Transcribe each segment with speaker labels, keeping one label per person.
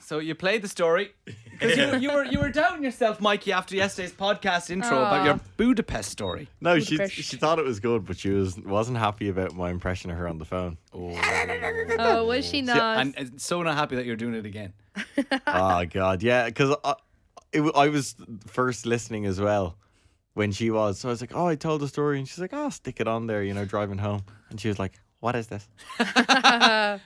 Speaker 1: So you played the story because you, you were you were doubting yourself, Mikey, after yesterday's podcast intro about
Speaker 2: Aw.
Speaker 1: your Budapest story.
Speaker 3: No, she
Speaker 2: Budapest.
Speaker 3: she thought it was good, but she was wasn't happy about my impression of her on the phone. Oh,
Speaker 2: Oh, was she
Speaker 1: Yeah,
Speaker 2: not?
Speaker 1: I'm, I'm so not happy that you're doing it again.
Speaker 3: Oh, god, yeah, because I, it w- I was first listening as well when she was, so I was like, oh, I told the story, and she's like, oh, stick it on there, you know, driving home, and she was like, what is this? I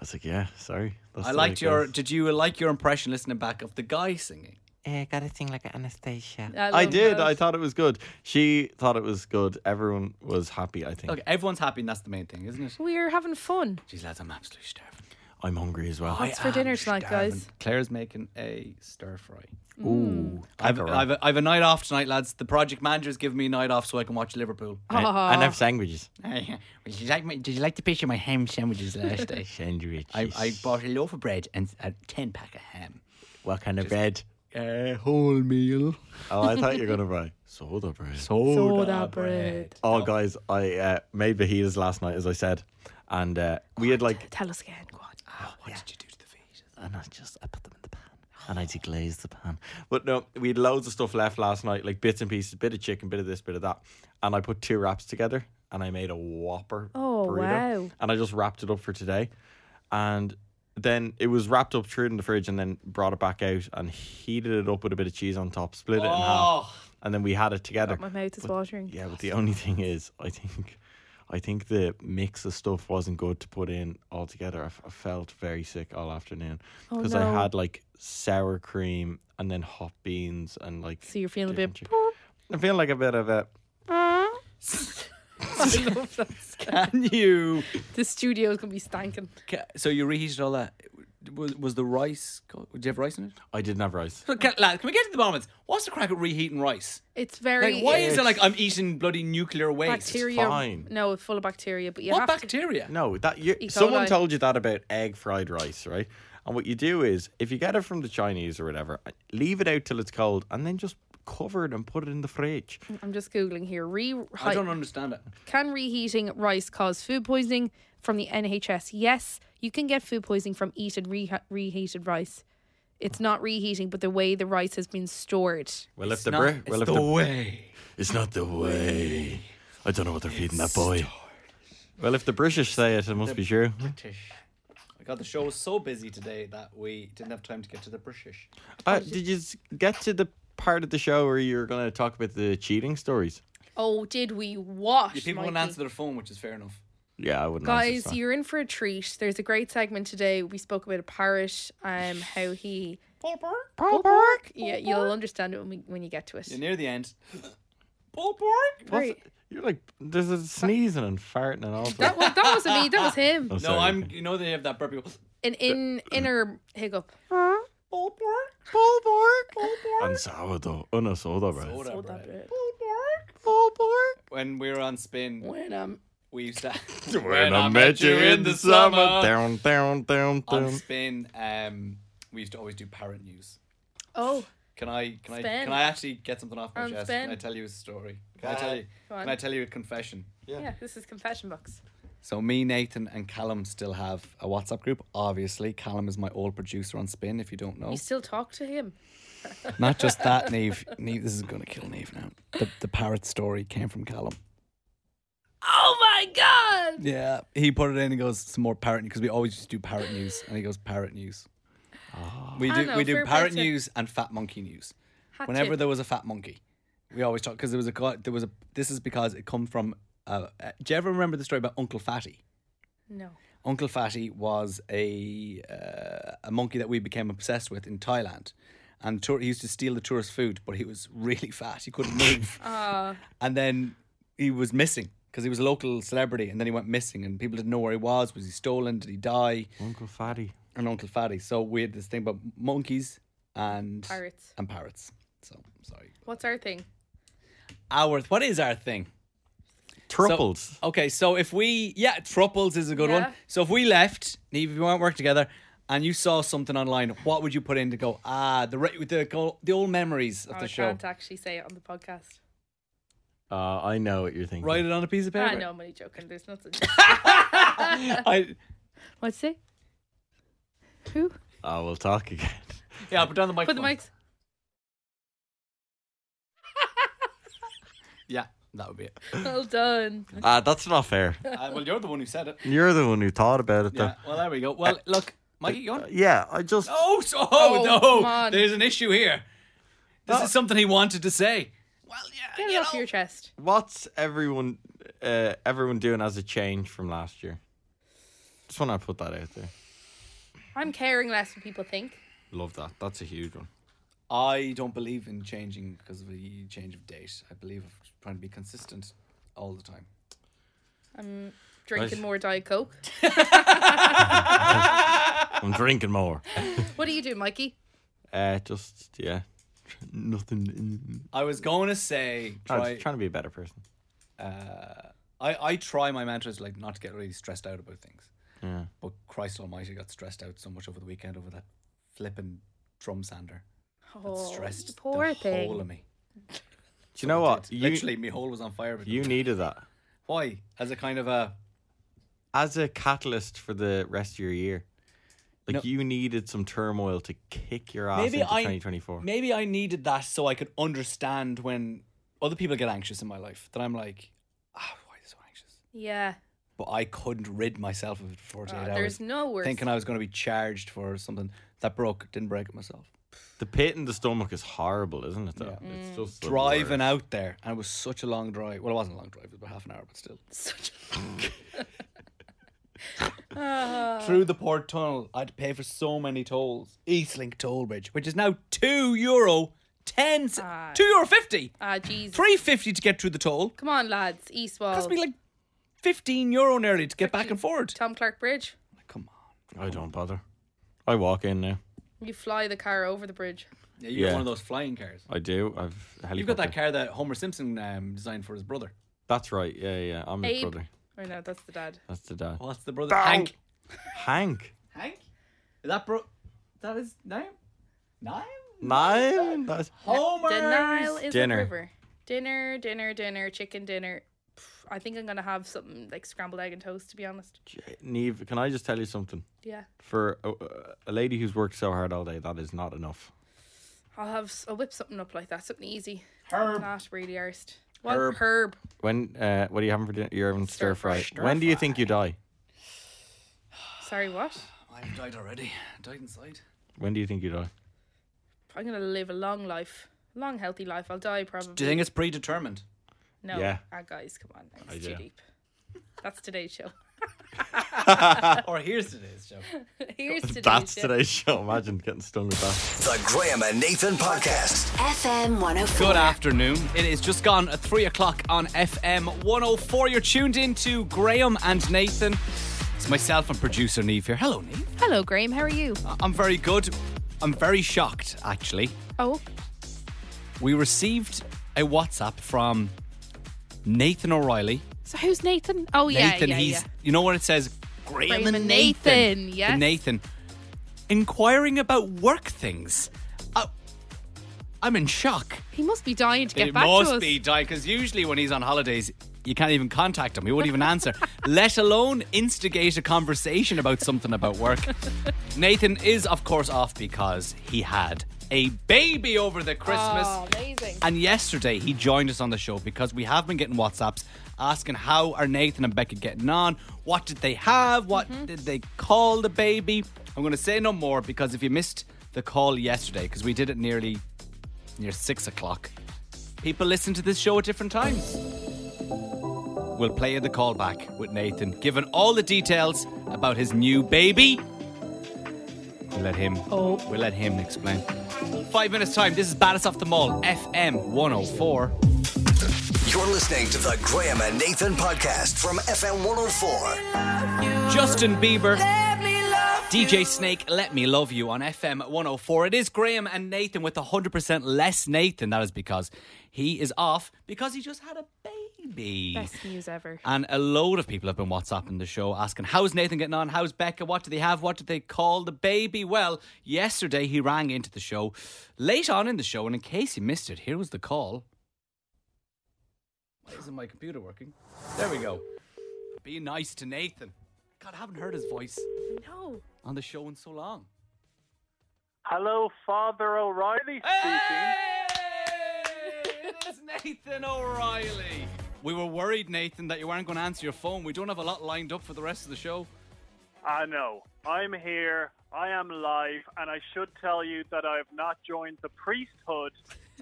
Speaker 3: was like, yeah, sorry. That's
Speaker 1: I
Speaker 3: the way
Speaker 1: liked
Speaker 3: it
Speaker 1: your.
Speaker 3: goes."
Speaker 1: Did you like your impression listening back of the guy singing?
Speaker 4: Yeah, gotta sing like Anastasia.
Speaker 3: I
Speaker 2: love
Speaker 3: did.
Speaker 2: that.
Speaker 3: I thought it was good. She thought it was good. Everyone was happy. I think.
Speaker 1: Okay, everyone's happy, and that's the main thing, isn't it?
Speaker 2: We're having fun.
Speaker 1: Jeez, lads, I'm absolutely starving.
Speaker 3: I'm hungry as well.
Speaker 2: What's for dinner tonight, guys?
Speaker 1: Claire's making a stir fry.
Speaker 3: Ooh,
Speaker 1: I've, I've, I've a night off tonight, lads. The project manager's giving me a night off so I can watch Liverpool.
Speaker 3: and, and have sandwiches.
Speaker 1: Hey, did, you like my, did you like the picture of my ham sandwiches last day?
Speaker 3: Sandwiches.
Speaker 1: I, I bought a loaf of bread and a 10 pack of ham.
Speaker 3: what kind of bread?
Speaker 1: A Uh, whole meal.
Speaker 3: Oh, I thought you were gonna buy soda bread.
Speaker 2: Soda bread.
Speaker 3: oh, guys, I uh, made fajitas last night, as I said, and uh, we had like
Speaker 2: Tell us again. Go on.
Speaker 1: What did you do to the feet?
Speaker 3: and I just I put them in the pan and I deglaze the pan. But no, we had loads of stuff left last night, like bits and pieces, bit of chicken, bit of this, bit of that, and I put two wraps together and I made a whopper.
Speaker 2: Oh,
Speaker 3: burrito,
Speaker 2: wow.
Speaker 3: And I just wrapped it up for today, and then it was wrapped up, threw it in the fridge, and then brought it back out and heated it up with a bit of cheese on top, split it in
Speaker 1: Oh,
Speaker 3: half, and then we had it together.
Speaker 2: My mouth is watering.
Speaker 3: Yeah, but the only thing is, I think, I think the mix of stuff wasn't good to put in altogether. I, f- I felt very sick all afternoon
Speaker 2: Oh,
Speaker 3: because
Speaker 2: no.
Speaker 3: I had like sour cream and then hot beans and like.
Speaker 2: So you're feeling a bit.
Speaker 3: different chi- I'm feeling like a bit of a.
Speaker 1: Can you?
Speaker 2: The studio's gonna be stanking.
Speaker 1: Ca- So you reheated all that. Was, was the rice? co- Did you have rice in it?
Speaker 3: I didn't have rice.
Speaker 1: Look, ca- lads, can we get to the bottom? of this? What's the crack at reheating rice?
Speaker 2: It's very.
Speaker 1: Like, why is it
Speaker 3: it's-
Speaker 1: like I'm eating bloody nuclear waste?
Speaker 2: bacteria?
Speaker 3: fine.
Speaker 2: No, it's full of bacteria. But you
Speaker 1: What
Speaker 2: have
Speaker 1: bacteria?
Speaker 3: No, that you.
Speaker 2: E.
Speaker 3: Someone
Speaker 2: coli.
Speaker 3: told you that about egg fried rice, right? And what you do is, if you get it from the Chinese or whatever, leave it out till it's cold, and then just cover it and put it in the fridge.
Speaker 2: to. I'm just googling here. Re.
Speaker 1: I don't understand it.
Speaker 2: Can reheating rice cause food poisoning from the NHS? Yes, you can get food poisoning from eaten re- reheated rice. It's not reheating, but the way the rice has been stored.
Speaker 3: Well, if
Speaker 1: It's
Speaker 3: the
Speaker 1: not-
Speaker 3: Brit,
Speaker 1: it's
Speaker 3: well, if
Speaker 1: the,
Speaker 3: the
Speaker 1: way.
Speaker 3: It's not the way. I don't know what they're feeding that boy. Well, if the British say it, it must be true.
Speaker 1: British. Oh God, the show was so busy today that we didn't have time to get to the British.
Speaker 3: Uh, did you s- get to the part of the show where you were going to talk about the cheating stories?
Speaker 2: Oh, did we wash?
Speaker 1: Yeah, people won't
Speaker 2: Mikey?
Speaker 1: answer their phone, which is fair enough.
Speaker 3: Yeah, I wouldn't.
Speaker 2: Guys,
Speaker 3: answer that.
Speaker 2: you're in for a treat. There's a great segment today. We spoke about a parrot, um, how he.
Speaker 1: Paul Burke?
Speaker 2: Paul Burke. Yeah, you'll understand it when, we, when you get to it.
Speaker 1: You're near the end. Paul Burke?
Speaker 3: What's-
Speaker 2: Right.
Speaker 3: you're like there's a sneezing and farting and all
Speaker 2: That,
Speaker 3: that.
Speaker 2: was, that wasn't me. That was him.
Speaker 3: I'm
Speaker 1: No,
Speaker 3: sorry.
Speaker 1: I'm. You know they have that burp. you go,
Speaker 2: An in inner hiccup.
Speaker 1: Paul Burke.
Speaker 3: And sourdough, and a soda bread.
Speaker 1: Soda
Speaker 2: Oh,
Speaker 1: bread.
Speaker 2: that bit.
Speaker 1: When we were on spin,
Speaker 2: When um,
Speaker 1: we used to.
Speaker 3: When I met you in the summer, down, down, down,
Speaker 1: on
Speaker 3: down.
Speaker 1: spin, um, we used to always do parrot news.
Speaker 2: oh,
Speaker 1: Can I? Can I?
Speaker 2: Spin.
Speaker 1: Can I actually get something off my
Speaker 2: On
Speaker 1: chest?
Speaker 2: spin.
Speaker 1: Can I tell you a story? Can I tell you?
Speaker 2: Go on.
Speaker 1: Can I tell you a confession?
Speaker 2: yeah. this is confession box.
Speaker 1: So me, Nathan, and Callum still have a WhatsApp group. Obviously, Callum is my old producer on Spin. If you don't know,
Speaker 2: You still talk to him?
Speaker 1: not just that, Neve. Neve, this is gonna kill Neve now. The, the parrot story came from Callum.
Speaker 2: Oh my god!
Speaker 1: Yeah, he put it in. and He goes some more parrot because we always just do parrot news, and he goes parrot news. We
Speaker 2: I
Speaker 1: do
Speaker 2: know,
Speaker 1: we do
Speaker 2: fair play
Speaker 1: parrot
Speaker 2: to-
Speaker 1: news and fat monkey news.
Speaker 2: Hat
Speaker 1: Whenever
Speaker 2: tip.
Speaker 1: there was a fat monkey, we always talk because there was a guy. There was a. This is because it come from. Uh, uh, do you ever remember the story about Uncle Fatty?
Speaker 2: no,
Speaker 1: Uncle Fatty was a uh, a monkey that we became obsessed with in Thailand, and tour- he used to steal the tourist food, but he was really fat. He couldn't move,
Speaker 2: uh,
Speaker 1: and then he was missing because he was a local celebrity, and then he went missing, and people didn't know where he was. Was he stolen? Did he die?
Speaker 3: Uncle Fatty.
Speaker 1: And Uncle Fatty. So we had this thing about monkeys and
Speaker 2: pirates.
Speaker 1: and parrots. So sorry,
Speaker 2: What's our thing?
Speaker 1: our what is our thing?
Speaker 3: Triples.
Speaker 1: Okay, so if we yeah, truples is a good
Speaker 2: Yeah.
Speaker 1: one. So if we left, Neve, if we weren't working together, and you saw something online, what would you put in to go? Ah, the re- the go- the old memories of
Speaker 2: Oh,
Speaker 1: the
Speaker 2: I
Speaker 1: show.
Speaker 2: can't actually say it on the podcast.
Speaker 3: uh, I know what you're thinking.
Speaker 1: Write it on a piece of paper.
Speaker 2: I know, I'm only joking. There's nothing.
Speaker 1: I
Speaker 2: What's it? Who?
Speaker 3: I will talk again.
Speaker 5: Yeah, I'll put down the
Speaker 2: Put
Speaker 5: microphone.
Speaker 2: the mics.
Speaker 1: Yeah, that would be it.
Speaker 2: Well done.
Speaker 3: Ah, that's not fair.
Speaker 1: Uh, well, you're the one who said it.
Speaker 3: You're the Uh, one who thought about it,
Speaker 1: Yeah.
Speaker 3: though.
Speaker 1: Well, there we go. Well, look, Mikey, you on?
Speaker 3: Yeah, I just.
Speaker 1: Oh, so, oh,
Speaker 2: Oh,
Speaker 1: no!
Speaker 2: come on.
Speaker 1: There's an issue here. This is something he wanted to say. Well, yeah,
Speaker 2: Get it
Speaker 1: you
Speaker 2: off
Speaker 1: know.
Speaker 2: your chest.
Speaker 3: What's everyone, uh, everyone doing as a change from last year? Just want to put that out there.
Speaker 2: I'm caring less what people think.
Speaker 3: Love that. That's a huge one.
Speaker 1: I don't believe in changing because of a change of date. I believe of trying to be consistent all the time.
Speaker 2: I'm drinking
Speaker 3: Nice.
Speaker 2: more Diet Coke.
Speaker 3: I'm drinking more.
Speaker 2: What do you do, Mikey?
Speaker 3: Uh, just yeah, nothing.
Speaker 1: I was going to say,
Speaker 3: I
Speaker 1: try,
Speaker 3: was trying to be a better person.
Speaker 1: uh, I, I try my mantras like not to get really stressed out about things.
Speaker 3: Yeah.
Speaker 1: But Christ Almighty got stressed out so much over the weekend over that flipping drum sander. That
Speaker 2: Oh,
Speaker 1: stressed
Speaker 2: poor
Speaker 1: the
Speaker 2: thing.
Speaker 1: whole of me.
Speaker 3: Do you know what?
Speaker 1: Did.
Speaker 3: You,
Speaker 1: Literally, my hole was on fire. Because
Speaker 3: you needed that
Speaker 1: why? As a kind of a
Speaker 3: as a catalyst for the rest of your year. Like
Speaker 1: No.
Speaker 3: you needed some turmoil to kick your ass
Speaker 1: Maybe
Speaker 3: into
Speaker 1: I-
Speaker 3: 2024.
Speaker 1: maybe I needed that so I could understand when other people get anxious in my life that I'm like, ah, why are they so anxious?
Speaker 2: Yeah.
Speaker 1: But I couldn't rid myself of it for 48
Speaker 2: Uh,
Speaker 1: hours.
Speaker 2: there's no worse.
Speaker 1: thinking I was going to be charged for something that broke, didn't break it myself.
Speaker 3: The pit in the stomach is horrible, isn't it? Though
Speaker 2: Mm.
Speaker 3: it's just the
Speaker 1: Driving
Speaker 3: worst.
Speaker 1: out there, and it was such a long drive. Well, it wasn't a long drive; it was about half an hour, but still.
Speaker 2: Such Ah.
Speaker 1: Through the port tunnel, I had to pay for so many tolls. Eastlink toll bridge, which is now two euro ten, c-
Speaker 2: Ah.
Speaker 1: two euro fifty,
Speaker 2: ah, jeez.
Speaker 1: three fifty to get through the toll.
Speaker 2: Come on, lads. East Wall.
Speaker 1: Cost me like fifteen euro nearly to get back and forward.
Speaker 2: Tom Clark Bridge.
Speaker 1: Come on.
Speaker 3: I don't bother. I walk in now.
Speaker 2: You fly the car over the bridge.
Speaker 1: Yeah, you got
Speaker 3: Yeah.
Speaker 1: one of those flying cars.
Speaker 3: I do. I've helicopter.
Speaker 1: You've got that car that Homer Simpson um, designed for his brother.
Speaker 3: That's right. Yeah, yeah. I'm
Speaker 2: Abe.
Speaker 3: his brother.
Speaker 2: Oh no, that's the dad.
Speaker 3: That's the dad.
Speaker 1: What's the brother? Hank.
Speaker 3: Hank.
Speaker 1: Hank? Is that bro? That is name? Name?
Speaker 3: Nine. That's
Speaker 1: Homer.
Speaker 2: The Nile is
Speaker 3: Dinner.
Speaker 2: a river. Dinner, dinner, dinner, chicken dinner. Pff, I think I'm gonna have something like scrambled egg and toast. To be honest.
Speaker 3: Neve. Can I just tell you something?
Speaker 2: Yeah.
Speaker 3: for a, a lady who's worked so hard all day, that is not enough.
Speaker 2: I'll have. s- I'll whip something up like that. Something easy.
Speaker 1: Herb.
Speaker 2: Not really arsed. Well, herb.
Speaker 1: Herb.
Speaker 3: When uh, what are you having for dinner? You're having
Speaker 2: Stir
Speaker 3: stir, fry.
Speaker 2: fry.
Speaker 3: When do you think you die?
Speaker 2: Sorry, what?
Speaker 1: I've died already. died inside.
Speaker 3: When do you think you die?
Speaker 2: I'm gonna live a long life, long healthy life. I'll die probably.
Speaker 1: Do you think it's predetermined?
Speaker 2: No.
Speaker 3: Yeah.
Speaker 2: Ah, guys, come on.
Speaker 3: I
Speaker 2: It's too
Speaker 3: do.
Speaker 2: deep. That's today's show.
Speaker 1: or here's today's show.
Speaker 2: Here's today's
Speaker 3: That's
Speaker 2: show.
Speaker 3: today's show. Imagine getting stung with that.
Speaker 6: The Graham and Nathan Podcast.
Speaker 7: FM 104.
Speaker 1: Good afternoon. It is just gone at three o'clock on FM 104. You're tuned in to Graham and Nathan. It's myself and producer Neve here. Hello, Neve.
Speaker 2: Hello, Graham. How are you?
Speaker 1: I- I'm very good. I'm very shocked, actually.
Speaker 2: Oh,
Speaker 1: We received a WhatsApp from Nathan O'Reilly.
Speaker 2: so who's Nathan? Oh, yeah,
Speaker 1: Nathan,
Speaker 2: yeah,
Speaker 1: he's
Speaker 2: yeah.
Speaker 1: you know what it says? Graham,
Speaker 2: Graham
Speaker 1: and
Speaker 2: and
Speaker 1: Nathan.
Speaker 2: Nathan,
Speaker 1: The
Speaker 2: yes.
Speaker 1: Nathan. Inquiring about work things. I, I'm in shock.
Speaker 2: He must be dying to get
Speaker 1: it
Speaker 2: back
Speaker 1: must
Speaker 2: to us.
Speaker 1: be Di, because usually when he's on holidays, you can't even contact him. He won't even answer, let alone instigate a conversation about something about work. Nathan is, of course, off because he had a baby over the Christmas.
Speaker 2: Oh, amazing.
Speaker 1: And yesterday he joined us on the show because we have been getting WhatsApps asking how are Nathan and Becca getting on? What did they have? What did they call the baby? I'm going to say no more because if you missed the call yesterday, because we did it nearly near six o'clock, people listen to this show at different times. We'll play you the call back with Nathan, given all the details about his new baby. We'll let him.
Speaker 2: Oh.
Speaker 1: We'll let him explain. Five minutes time. This is Baddest Off the Mall, FM 104.
Speaker 6: You're listening to the Graham and Nathan Podcast from FM 104.
Speaker 1: Justin Bieber. DJ Snake, Let Me Love You on FM 104. It is Graham and Nathan with 100% less Nathan. That is because he is off because he just had a baby.
Speaker 2: Best news ever.
Speaker 1: And a load of people have been WhatsApping the show asking, How's Nathan getting on? How's Becca? What do they have? What do they call the baby? Well, yesterday he rang into the show late on in the show, and in case you missed it, here was the call. Why isn't my computer working? There we go. Be nice to Nathan. God, I haven't heard his voice
Speaker 2: No.
Speaker 1: on the show in so long.
Speaker 5: Hello, Father O'Reilly speaking.
Speaker 1: Hey! It's Nathan O'Reilly. We were worried, Nathan, that you weren't going to answer your phone. We don't have a lot lined up for the rest of the show.
Speaker 5: I know. I'm here. I am live, and I should tell you that I have not joined the priesthood.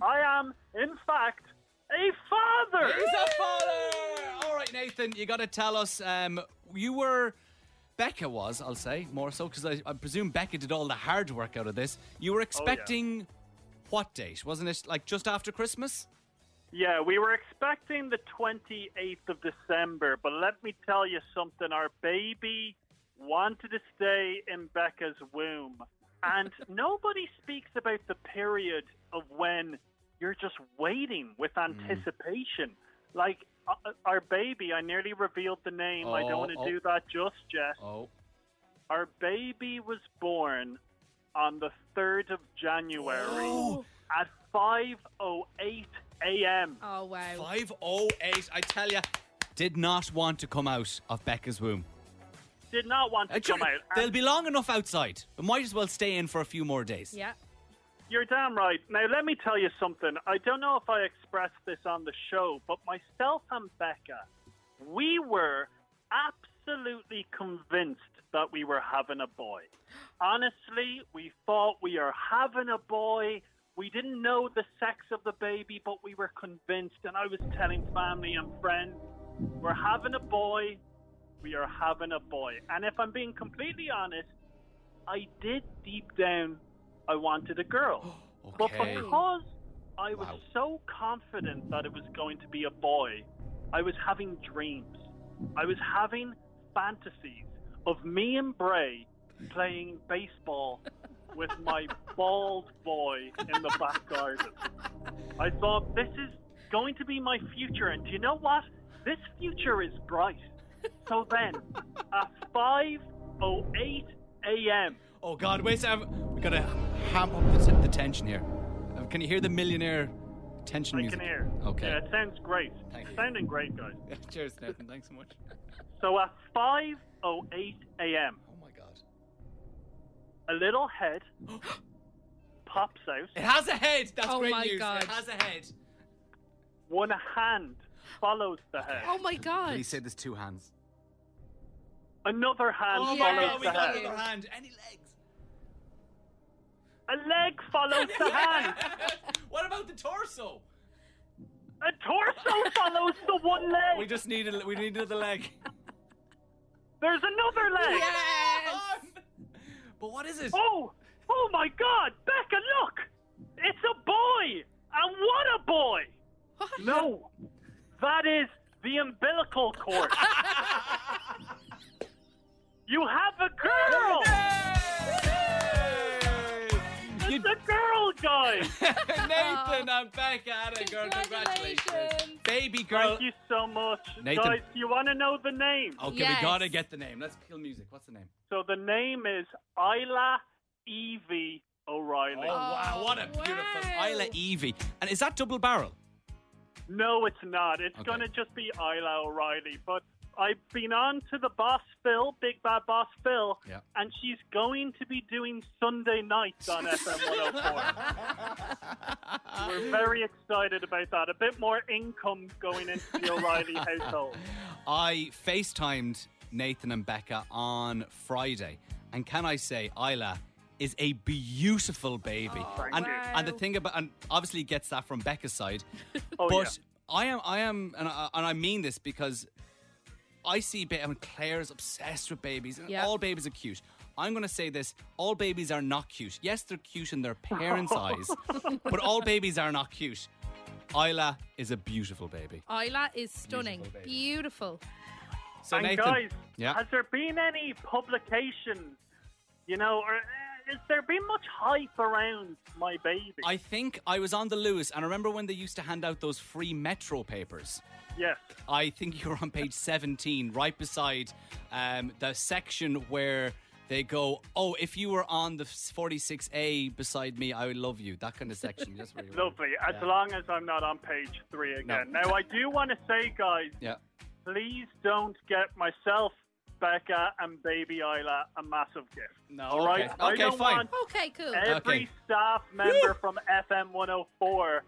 Speaker 5: I am, in fact, a father.
Speaker 1: He's a father! All right, Nathan, you got to tell us. Um, you were. Becca was, I'll say, more so, because I, I presume Becca did all the hard work out of this. You
Speaker 5: Oh,
Speaker 1: were expecting what date? Wasn't it like just after Christmas?
Speaker 5: Yeah, we were expecting the 28th of December, but let me tell you something. Our baby wanted to stay in Becca's womb. And nobody speaks about the period of when you're just waiting with
Speaker 1: Hmm.
Speaker 5: anticipation. Like, uh, our baby, I nearly revealed the name. I
Speaker 1: Oh,
Speaker 5: don't want to
Speaker 1: oh.
Speaker 5: do that just yet.
Speaker 1: Oh.
Speaker 5: Our baby was born on the 3rd of January at 5.08 a.m.
Speaker 2: Oh wow.
Speaker 1: 508, I tell you, did not want to come out of Becca's womb.
Speaker 5: Did not want to
Speaker 1: Uh, sure,
Speaker 5: come out.
Speaker 1: They'll be long enough outside. But might as well stay in for a few more days.
Speaker 2: Yeah.
Speaker 5: You're damn right. Now, let me tell you something. I don't know if I expressed this on the show, but myself and Becca, we were absolutely convinced that we were having a boy. Honestly, we thought we are having a boy. We didn't know the sex of the baby, but we were convinced. And I was telling family and friends, we're having a boy. We are having a boy. And if I'm being completely honest, I did deep down, I wanted a girl. But
Speaker 1: Okay.
Speaker 5: because I was
Speaker 1: Wow.
Speaker 5: so confident that it was going to be a boy, I was having dreams. I was having fantasies of me and Bray playing baseball with my bald boy in the back garden. I thought this is going to be my future, and do you know what? This future is bright. So then, at 5:08 a.m.,
Speaker 1: Oh God, wait a second. We gotta ham up the, t- the tension here. Uh, can you hear the millionaire tension
Speaker 5: I
Speaker 1: music?
Speaker 5: can hear.
Speaker 1: Okay.
Speaker 5: Yeah, it sounds great.
Speaker 1: Thank you.
Speaker 5: Sounding great, guys.
Speaker 1: Cheers, Nathan. Thanks so much.
Speaker 5: So at 5:08 a.m.,
Speaker 1: Oh my God.
Speaker 5: a little head pops
Speaker 1: It
Speaker 5: out.
Speaker 1: has a head. That's
Speaker 2: Oh
Speaker 1: great
Speaker 2: my
Speaker 1: news.
Speaker 2: God.
Speaker 1: It has a head.
Speaker 5: One hand follows the head.
Speaker 2: Oh my god.
Speaker 1: said there's two hands.
Speaker 5: Another hand
Speaker 1: Oh
Speaker 2: Yes.
Speaker 1: my
Speaker 5: follows
Speaker 1: God, we
Speaker 5: the
Speaker 1: got
Speaker 5: head.
Speaker 1: another hand. Any legs?
Speaker 5: A leg follows the hand.
Speaker 1: What about the torso?
Speaker 5: A torso follows the one leg.
Speaker 1: We just needed. We needed the leg.
Speaker 5: There's another leg.
Speaker 1: but what is it?
Speaker 5: Oh, oh my God, Becca, look! It's a boy, and what a boy! No, that is the umbilical cord. you have a girl.
Speaker 1: You-
Speaker 5: It's a girl, guys.
Speaker 1: Nathan and Becca had a girl. Congratulations.
Speaker 2: Congratulations.
Speaker 1: Baby girl.
Speaker 5: Thank you so much,
Speaker 1: Nathan.
Speaker 5: guys. You want to know the name?
Speaker 1: Okay,
Speaker 2: Yes.
Speaker 1: we gotta get the name. Let's kill music. What's the name?
Speaker 5: So the name is Isla Evie
Speaker 1: Oh,
Speaker 5: O'Reilly.
Speaker 1: wow, what a beautiful
Speaker 2: wow.
Speaker 1: Isla Evie. And is that double barrel?
Speaker 5: No, it's not. It's
Speaker 1: Okay.
Speaker 5: going to just be Isla O'Reilly. But I've been on to the boss, Phil, Big Bad Boss Phil,
Speaker 1: Yeah.
Speaker 5: and she's going to be doing Sunday nights on FM 104. oh. We're very excited about that. A bit more income going into the O'Reilly household.
Speaker 1: I FaceTimed Nathan and Becca on Friday, and can I say Isla is a beautiful baby.
Speaker 2: Oh,
Speaker 1: and
Speaker 5: you.
Speaker 1: and the thing about and obviously gets that from Becca's side.
Speaker 5: Oh,
Speaker 1: but
Speaker 5: yeah.
Speaker 1: I am I am and I, and I mean this because I see ba- I mean, Claire's obsessed with babies and
Speaker 2: Yeah.
Speaker 1: all babies are cute. I'm going to say this, all babies are not cute. Yes, they're cute in their parents' eyes, but all babies are not cute. Isla is a beautiful baby.
Speaker 2: Isla is stunning.
Speaker 1: Beautiful
Speaker 2: Beautiful.
Speaker 1: baby. So
Speaker 5: and
Speaker 1: Nathan,
Speaker 5: guys,
Speaker 1: yeah.
Speaker 5: has there been any publication, you know, or uh, has there been much hype around my baby?
Speaker 1: I think I was on the Lewis, and I remember when they used to hand out those free Metro papers.
Speaker 5: yes.
Speaker 1: I think you're on page 17, right beside um, the section where they go, "Oh, if you were on the 46A beside me, I would love you." That kind of section. That's where you're.
Speaker 5: Lovely. As
Speaker 1: Yeah.
Speaker 5: long as I'm not on page three again. Now, I do want to say, guys,
Speaker 1: Yeah.
Speaker 5: please don't get myself Becca and Baby Isla a massive gift.
Speaker 1: No,
Speaker 5: all right.
Speaker 1: okay.
Speaker 5: I
Speaker 1: Okay,
Speaker 5: don't
Speaker 1: fine.
Speaker 5: want
Speaker 2: Okay, cool.
Speaker 5: every
Speaker 1: Okay.
Speaker 5: staff member from FM 104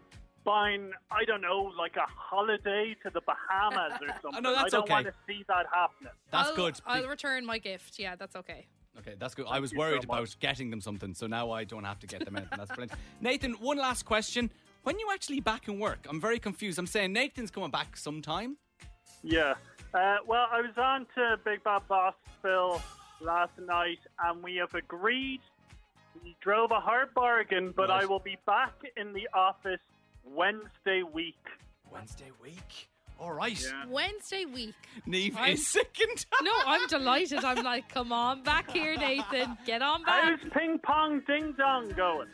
Speaker 5: buying, I don't know, like a holiday to the Bahamas or something.
Speaker 1: Oh, no, that's
Speaker 5: I don't
Speaker 1: okay.
Speaker 5: want to see that happening.
Speaker 1: That's
Speaker 2: I'll,
Speaker 1: good.
Speaker 2: I'll return my gift. Yeah, that's okay.
Speaker 1: Okay, that's good. I was
Speaker 5: you
Speaker 1: worried
Speaker 5: so
Speaker 1: about
Speaker 5: much.
Speaker 1: getting them something, so now I don't have to get them anything. That's brilliant. Nathan, one last question. When you actually back in work? I'm very confused. I'm saying Nathan's coming back sometime.
Speaker 5: Yeah. Uh, well, I was on to Big Bad Boss Phil last night, and we have agreed. We drove a hard bargain, but
Speaker 1: Nice.
Speaker 5: I will be back in the office Wednesday week.
Speaker 1: Wednesday week. All right.
Speaker 5: Yeah.
Speaker 2: Wednesday week.
Speaker 1: Neve
Speaker 2: I'm-
Speaker 1: is sickened.
Speaker 2: No, Oh, I'm delighted. I'm like, come on back here, Nathan. Get on
Speaker 5: How's
Speaker 2: back.
Speaker 5: ping pong ding dong going?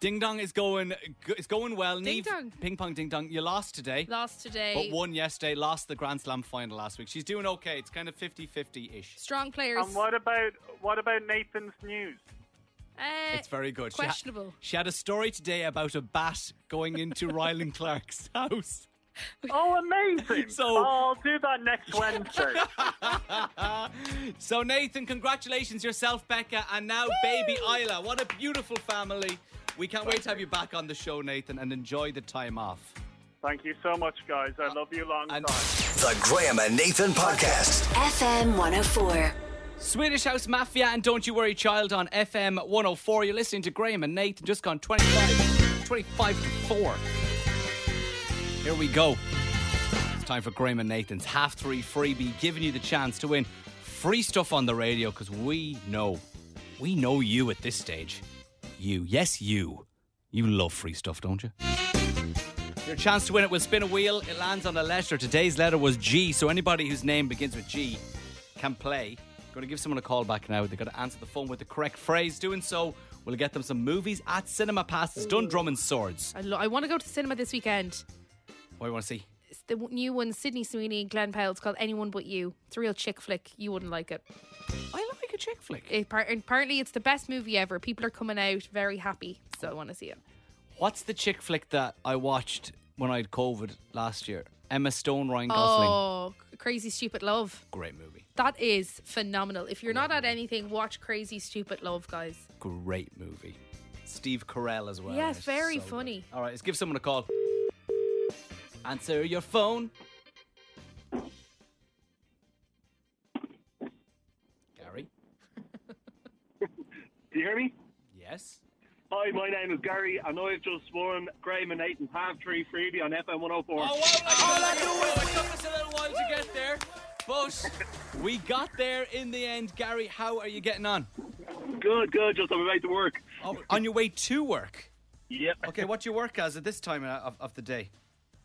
Speaker 1: ding dong is going. It's going well.
Speaker 2: Ding
Speaker 1: Neve,
Speaker 2: dong.
Speaker 1: ping pong, ding dong. You lost today,
Speaker 2: Lost today.
Speaker 1: but won yesterday. Lost the Grand Slam final last week. She's doing okay. It's kind of 50-50 ish.
Speaker 2: Strong players.
Speaker 5: And what about what about Nathan's news?
Speaker 2: Uh,
Speaker 1: It's very good. She ha-
Speaker 2: Questionable.
Speaker 1: She, had a story today about a bat going into Ryland Clark's house.
Speaker 5: Oh, amazing!
Speaker 1: So-
Speaker 5: oh, I'll do that next Wednesday.
Speaker 1: So Nathan, congratulations yourself, Becca, and now baby Isla. What a beautiful family. We can't wait to have you back on the show, Nathan, and enjoy the time off.
Speaker 5: Thank you so much, guys. I love you long
Speaker 1: And-
Speaker 5: time.
Speaker 6: The Graham and Nathan Podcast.
Speaker 7: FM 104.
Speaker 1: Swedish House Mafia and Don't You Worry Child on FM 104. You're listening to Graham and Nathan, just gone 25, 25 to 4. Here we go. It's time for Graham and Nathan's half three freebie, giving you the chance to win free stuff on the radio because we know, we know you at this stage. You, yes, you. You love free stuff, don't you? Your chance to win it will spin a wheel. It lands on a letter. Today's letter was G, so anybody whose name begins with G can play. Going to give someone a call back now. They've got to answer the phone with the correct phrase. Doing so will get them some movies at cinema passes. Dundrum and Swords.
Speaker 2: I, lo- I want to go to cinema this weekend.
Speaker 1: What do you want to see?
Speaker 2: It's the w- new one, Sydney Sweeney and Glenn Powell. It's called Anyone But You. It's a real chick flick. You wouldn't like it.
Speaker 1: I like a chick flick.
Speaker 2: It par- apparently, it's the best movie ever. People are coming out very happy, so I want to see it.
Speaker 1: What's the chick flick that I watched when I had COVID last year? Emma Stone, Ryan Gosling.
Speaker 2: Oh, C- Crazy Stupid Love.
Speaker 1: Great movie.
Speaker 2: That is phenomenal. If you're not at anything, watch Crazy Stupid Love, guys.
Speaker 1: Great movie. Steve Carell as well.
Speaker 2: Yes,
Speaker 1: It's
Speaker 2: very
Speaker 1: good.
Speaker 2: funny.
Speaker 1: All right, let's give someone a call. Answer your phone. Gary?
Speaker 8: Do you hear me?
Speaker 1: Yes?
Speaker 8: Hi, my name is Gary, and I've just won Graham and Nathan half three freebie on FM 104.
Speaker 1: Oh, wow, all I do is it took us a little while to get there, but we got there in the end. Gary, how are you getting on?
Speaker 8: Good, good. Just on my way to work.
Speaker 1: Oh, on your way to work.
Speaker 8: Yep.
Speaker 1: Okay, what do you work as at this time of, of the day?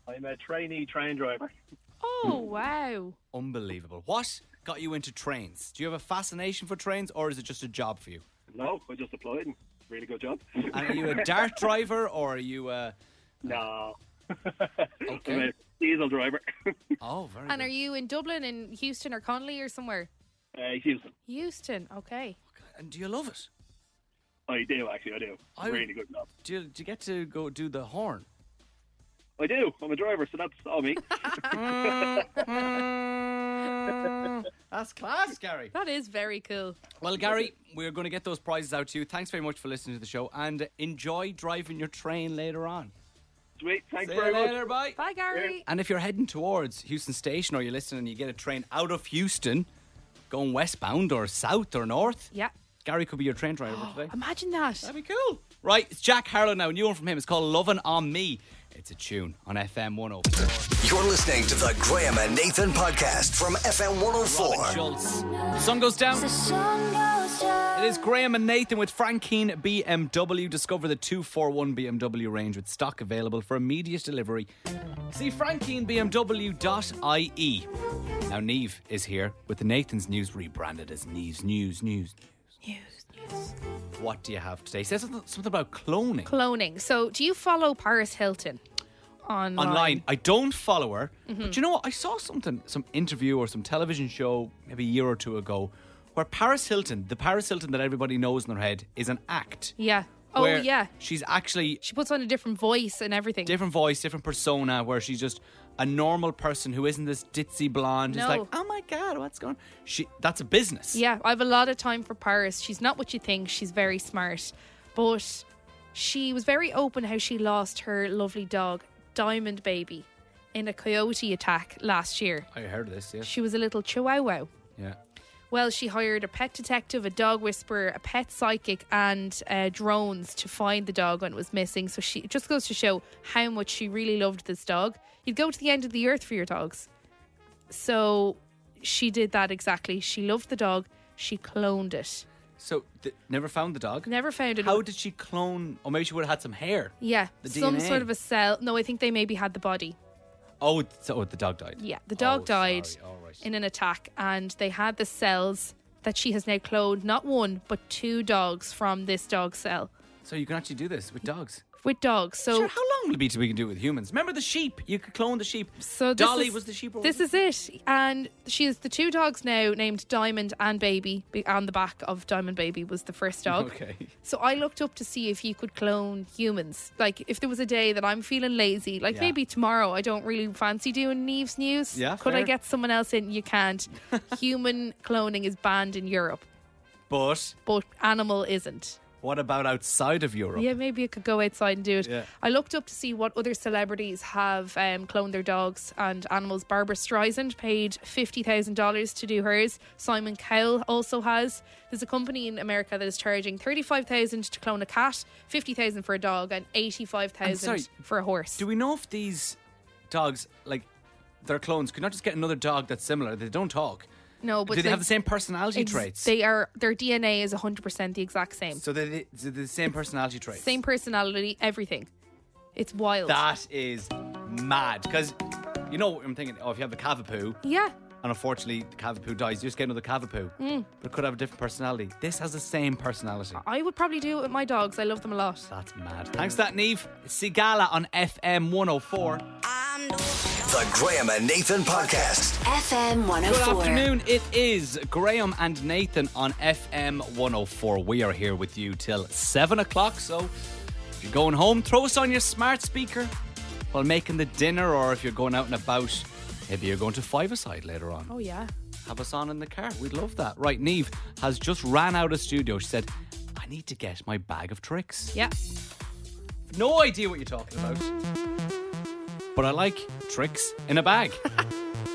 Speaker 8: I'm a trainee train driver.
Speaker 1: Hmm.
Speaker 2: Oh, wow.
Speaker 1: Unbelievable. What got you into trains? Do you have a fascination for trains, or is it just a job for you?
Speaker 8: No, I just applied. and Really good job.
Speaker 1: And are you a dart driver, or are you a?
Speaker 8: no. Uh, I'm
Speaker 1: Okay.
Speaker 8: a diesel driver.
Speaker 1: Oh, very.
Speaker 2: And
Speaker 1: good.
Speaker 2: are you in Dublin, in Houston, or Connolly, or somewhere?
Speaker 8: uh, Houston.
Speaker 2: Houston, okay.
Speaker 1: And do you love it?
Speaker 8: I do, actually. I do.
Speaker 1: I-
Speaker 8: really good job.
Speaker 1: Do you, do you get to go do the horn?
Speaker 8: I do. I'm a driver, so that's all me.
Speaker 1: That's class, Gary.
Speaker 2: That is very cool.
Speaker 1: Well, Gary, we're going to get those prizes out to you. Thanks very much for listening to the show, and enjoy driving your train later on.
Speaker 8: Sweet. Thanks
Speaker 1: See you
Speaker 8: very much.
Speaker 1: later, bye.
Speaker 2: Bye, Gary.
Speaker 1: And if you're heading towards Houston Station or you're listening and you get a train out of Houston, going westbound or south or north,
Speaker 2: Yeah.
Speaker 1: Gary could be your train driver today.
Speaker 2: Imagine that.
Speaker 1: That'd be cool. Right, it's Jack Harlow now. A new one from him. It's called Lovin' on Me. It's a tune on FM 104.
Speaker 6: You're listening to the Graham and Nathan Podcast from FM 104.
Speaker 1: Schultz. Sun goes down. It is Graham and Nathan with Frankine BMW. Discover the 241 BMW range with stock available for immediate delivery. See frankinebmw.ie. E. Now, Neve is here with Nathan's News rebranded as Neve's News, News, News. News. What do you have today? Says something something about cloning.
Speaker 2: Cloning. So, do you follow Paris Hilton online? Mm-hmm.
Speaker 1: online. I don't follow her. But you know what? I saw something, some interview or some television show maybe a year or two ago where Paris Hilton, the Paris Hilton that everybody knows in their head, is an act.
Speaker 2: Yeah. Oh,
Speaker 1: where
Speaker 2: yeah.
Speaker 1: she's actually
Speaker 2: She puts on a different voice and everything.
Speaker 1: different voice, different persona, where she's just a normal person who isn't this ditzy blonde. who's
Speaker 2: No.
Speaker 1: like, oh my god, what's going? She that's a business.
Speaker 2: Yeah, I have a lot of time for Paris. She's not what you think. She's very smart, but she was very open how she lost her lovely dog, Diamond Baby, in a coyote attack last year.
Speaker 1: I heard this. Yeah,
Speaker 2: She was a little chihuahua.
Speaker 1: yeah.
Speaker 2: Well, she hired a pet detective, a dog whisperer, a pet psychic, and uh, drones to find the dog when it was missing. So she it just goes to show how much she really loved this dog. You'd go to the end of the earth for your dogs. So she did that exactly. She loved the dog. She cloned it.
Speaker 1: So th- never found the dog.
Speaker 2: Never found it.
Speaker 1: How did she clone? Or maybe she would have had some hair.
Speaker 2: yeah,
Speaker 1: the
Speaker 2: some
Speaker 1: DNA?
Speaker 2: sort of a cell. No, I think they maybe had the body.
Speaker 1: Oh, th- so the dog died.
Speaker 2: Yeah, the dog
Speaker 1: Oh,
Speaker 2: died
Speaker 1: sorry. All right.
Speaker 2: in an attack, and they had the cells that she has now cloned not one but two dogs from this dog cell.
Speaker 1: So you can actually do this with dogs.
Speaker 2: with dogs. So,
Speaker 1: Sure, how long will it be till we can do it with humans? Remember the sheep? You could clone the sheep.
Speaker 2: so this
Speaker 1: Dolly
Speaker 2: is,
Speaker 1: was the sheep. or
Speaker 2: This is it, and she has the two dogs now named Diamond and Baby. Be- On the back of Diamond Baby was the first dog.
Speaker 1: Okay.
Speaker 2: So I looked up to see if you could clone humans. Like if there was a day that I'm feeling lazy, like
Speaker 1: Yeah.
Speaker 2: maybe tomorrow I don't really fancy doing Neve's news.
Speaker 1: Yeah,
Speaker 2: Could I
Speaker 1: fair.
Speaker 2: get someone else in? You can't. Human cloning is banned in Europe,
Speaker 1: But
Speaker 2: but animal isn't.
Speaker 1: what about outside of Europe?
Speaker 2: Yeah, maybe it could go outside and do it.
Speaker 1: Yeah.
Speaker 2: I looked up to see what other celebrities have um, cloned their dogs and animals. Barbara Streisand paid fifty thousand dollars to do hers. Simon Cowell also has. There's a company in America that is charging thirty-five thousand to clone a cat, fifty thousand for a dog, and eighty-five
Speaker 1: And
Speaker 2: thousand
Speaker 1: sorry,
Speaker 2: for a horse.
Speaker 1: Do we know if these dogs, like their clones, could not just get another dog that's similar? They don't talk.
Speaker 2: no, but
Speaker 1: do they
Speaker 2: like,
Speaker 1: have the same personality
Speaker 2: ex-
Speaker 1: traits?
Speaker 2: They are their DNA is hundred percent the exact same.
Speaker 1: so they, they, so they're the same personality traits.
Speaker 2: Same personality, everything. It's wild.
Speaker 1: That is mad because you know I'm thinking. Oh, if you have a cavapoo,
Speaker 2: yeah.
Speaker 1: and unfortunately the cavapoo dies, you just get another cavapoo.
Speaker 2: Hmm.
Speaker 1: But it could have a different personality. This has the same personality.
Speaker 2: I would probably do it with my dogs. I love them a lot.
Speaker 1: That's mad. Thanks, for that Neve Sigala on FM 104.
Speaker 6: The Graham and Nathan Podcast.
Speaker 7: FM 104.
Speaker 1: Good afternoon. It is Graham and Nathan on FM 104. We are here with you till 7 o'clock. So if you're going home, throw us on your smart speaker while making the dinner, or if you're going out and about, maybe you're going to Five Aside later on.
Speaker 2: Oh yeah.
Speaker 1: Have us on in the car. We'd love that. Right, Neve has just ran out of studio. She said, I need to get my bag of tricks.
Speaker 2: Yeah.
Speaker 1: No idea what you're talking about. But I like tricks in a bag.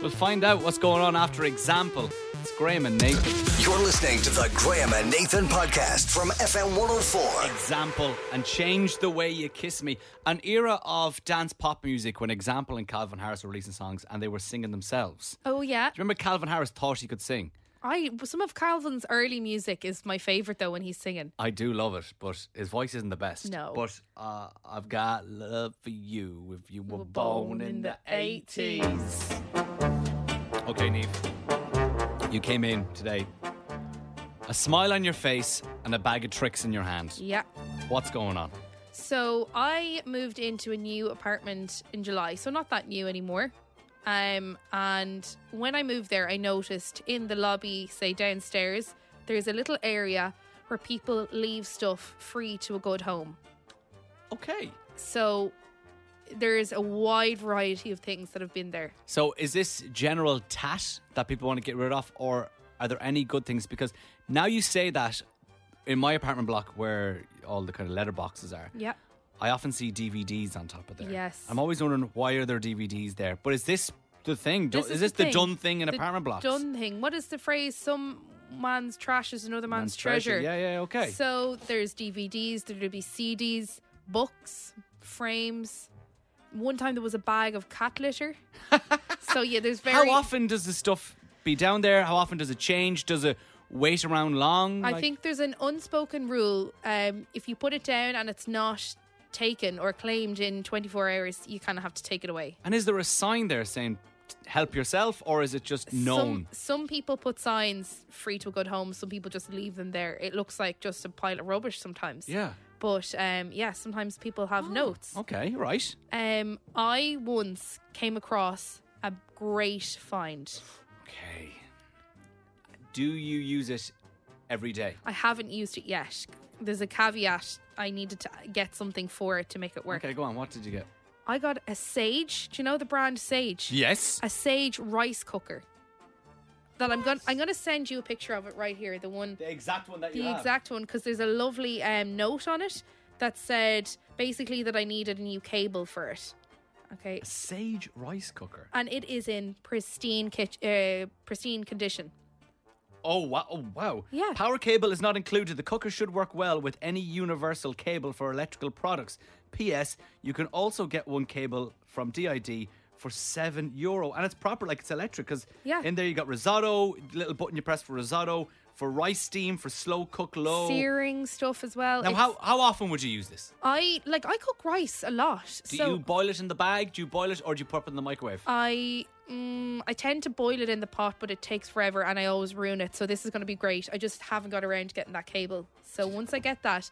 Speaker 1: we'll find out what's going on after example. It's Graham and Nate.
Speaker 6: You're listening to the Graham and Nathan Podcast from FM 104.
Speaker 1: Example and change the way you kiss me. An era of dance pop music when Example and Calvin Harris were releasing songs and they were singing themselves. Do
Speaker 2: Oh yeah.
Speaker 1: you remember Calvin Harris thought he could sing?
Speaker 2: I some of Calvin's early music is my favorite though when he's singing.
Speaker 1: I do love it, but his voice isn't the best.
Speaker 2: No.
Speaker 1: But uh, I've got love for you if you were,
Speaker 2: Were
Speaker 1: born, in the 80s. Okay, Neve. You came in today. A smile on your face and a bag of tricks in your hand.
Speaker 2: Yeah.
Speaker 1: What's going on?
Speaker 2: So I moved into a new apartment in July, so not that new anymore. Um, and when I moved there, I noticed in the lobby, say downstairs, there's a little area where people leave stuff free to a good home.
Speaker 1: Okay.
Speaker 2: So there's a wide variety of things that have been there.
Speaker 1: So, is this general tat that people want to get rid of, or are there any good things? Because now you say that in my apartment block where all the kind of letterboxes are,
Speaker 2: Yeah.
Speaker 1: I often see DVDs on top of there.
Speaker 2: Yes.
Speaker 1: I'm always wondering why are there DVDs there? But is this the thing? Do-
Speaker 2: This
Speaker 1: is, this the,
Speaker 2: thing.
Speaker 1: done thing in
Speaker 2: The
Speaker 1: apartment blocks?
Speaker 2: Done thing. What is the phrase? Some man's trash is another man's,
Speaker 1: Man's treasure. Yeah, yeah, okay.
Speaker 2: So there's DVDs, there'll be CDs, books, frames. One time there was a bag of cat litter. so yeah, there's very.
Speaker 1: How often does the stuff be down there? How often does it change? Does it wait around long?
Speaker 2: I
Speaker 1: Like-
Speaker 2: think there's an unspoken rule. Um, if you put it down and it's not taken or claimed in 24 hours, you kind of have to take it away.
Speaker 1: And is there a sign there saying "help yourself" or is it just known?
Speaker 2: Some, some people put signs free to a good home. Some people just leave them there. It looks like just a pile of rubbish sometimes.
Speaker 1: Yeah. Oh,
Speaker 2: But um, yeah, sometimes people have notes.
Speaker 1: Okay, right.
Speaker 2: Um, I once came across a great find.
Speaker 1: Okay. Do you use it every day?
Speaker 2: I haven't used it yet. there's a caveat. I needed to get something for it to make it work.
Speaker 1: Okay, go on. What did you get?
Speaker 2: I got a Sage. Do you know the brand Sage?
Speaker 1: Yes.
Speaker 2: A Sage rice cooker. That I'm going. I'm going to send you a picture of it right here. The one
Speaker 1: The exact one that you
Speaker 2: the
Speaker 1: have.
Speaker 2: exact one because there's a lovely um, note on it that said basically that I needed a new cable for it. Okay,
Speaker 1: Sage rice cooker.
Speaker 2: and it is in pristine kitch- uh, pristine condition.
Speaker 1: Oh wow! Oh, wow!
Speaker 2: Yeah.
Speaker 1: Power cable is not included. The cooker should work well with any universal cable for electrical products. P.S. You can also get one cable from DID for seven euro, and it's proper, like it's electric. Because
Speaker 2: Yeah.
Speaker 1: in there you got risotto, little button you press for risotto, for rice steam, for slow cook low.
Speaker 2: Searing stuff as well.
Speaker 1: Oh. now,
Speaker 2: It's-
Speaker 1: how how often would you use this?
Speaker 2: I like I cook rice a lot.
Speaker 1: Do
Speaker 2: so
Speaker 1: you boil it in the bag? Do you boil it, or do you put it in the microwave?
Speaker 2: I mm, I tend to boil it in the pot, but it takes forever, and I always ruin it. So this is going to be great. I just haven't got around to getting that cable. So once I get that,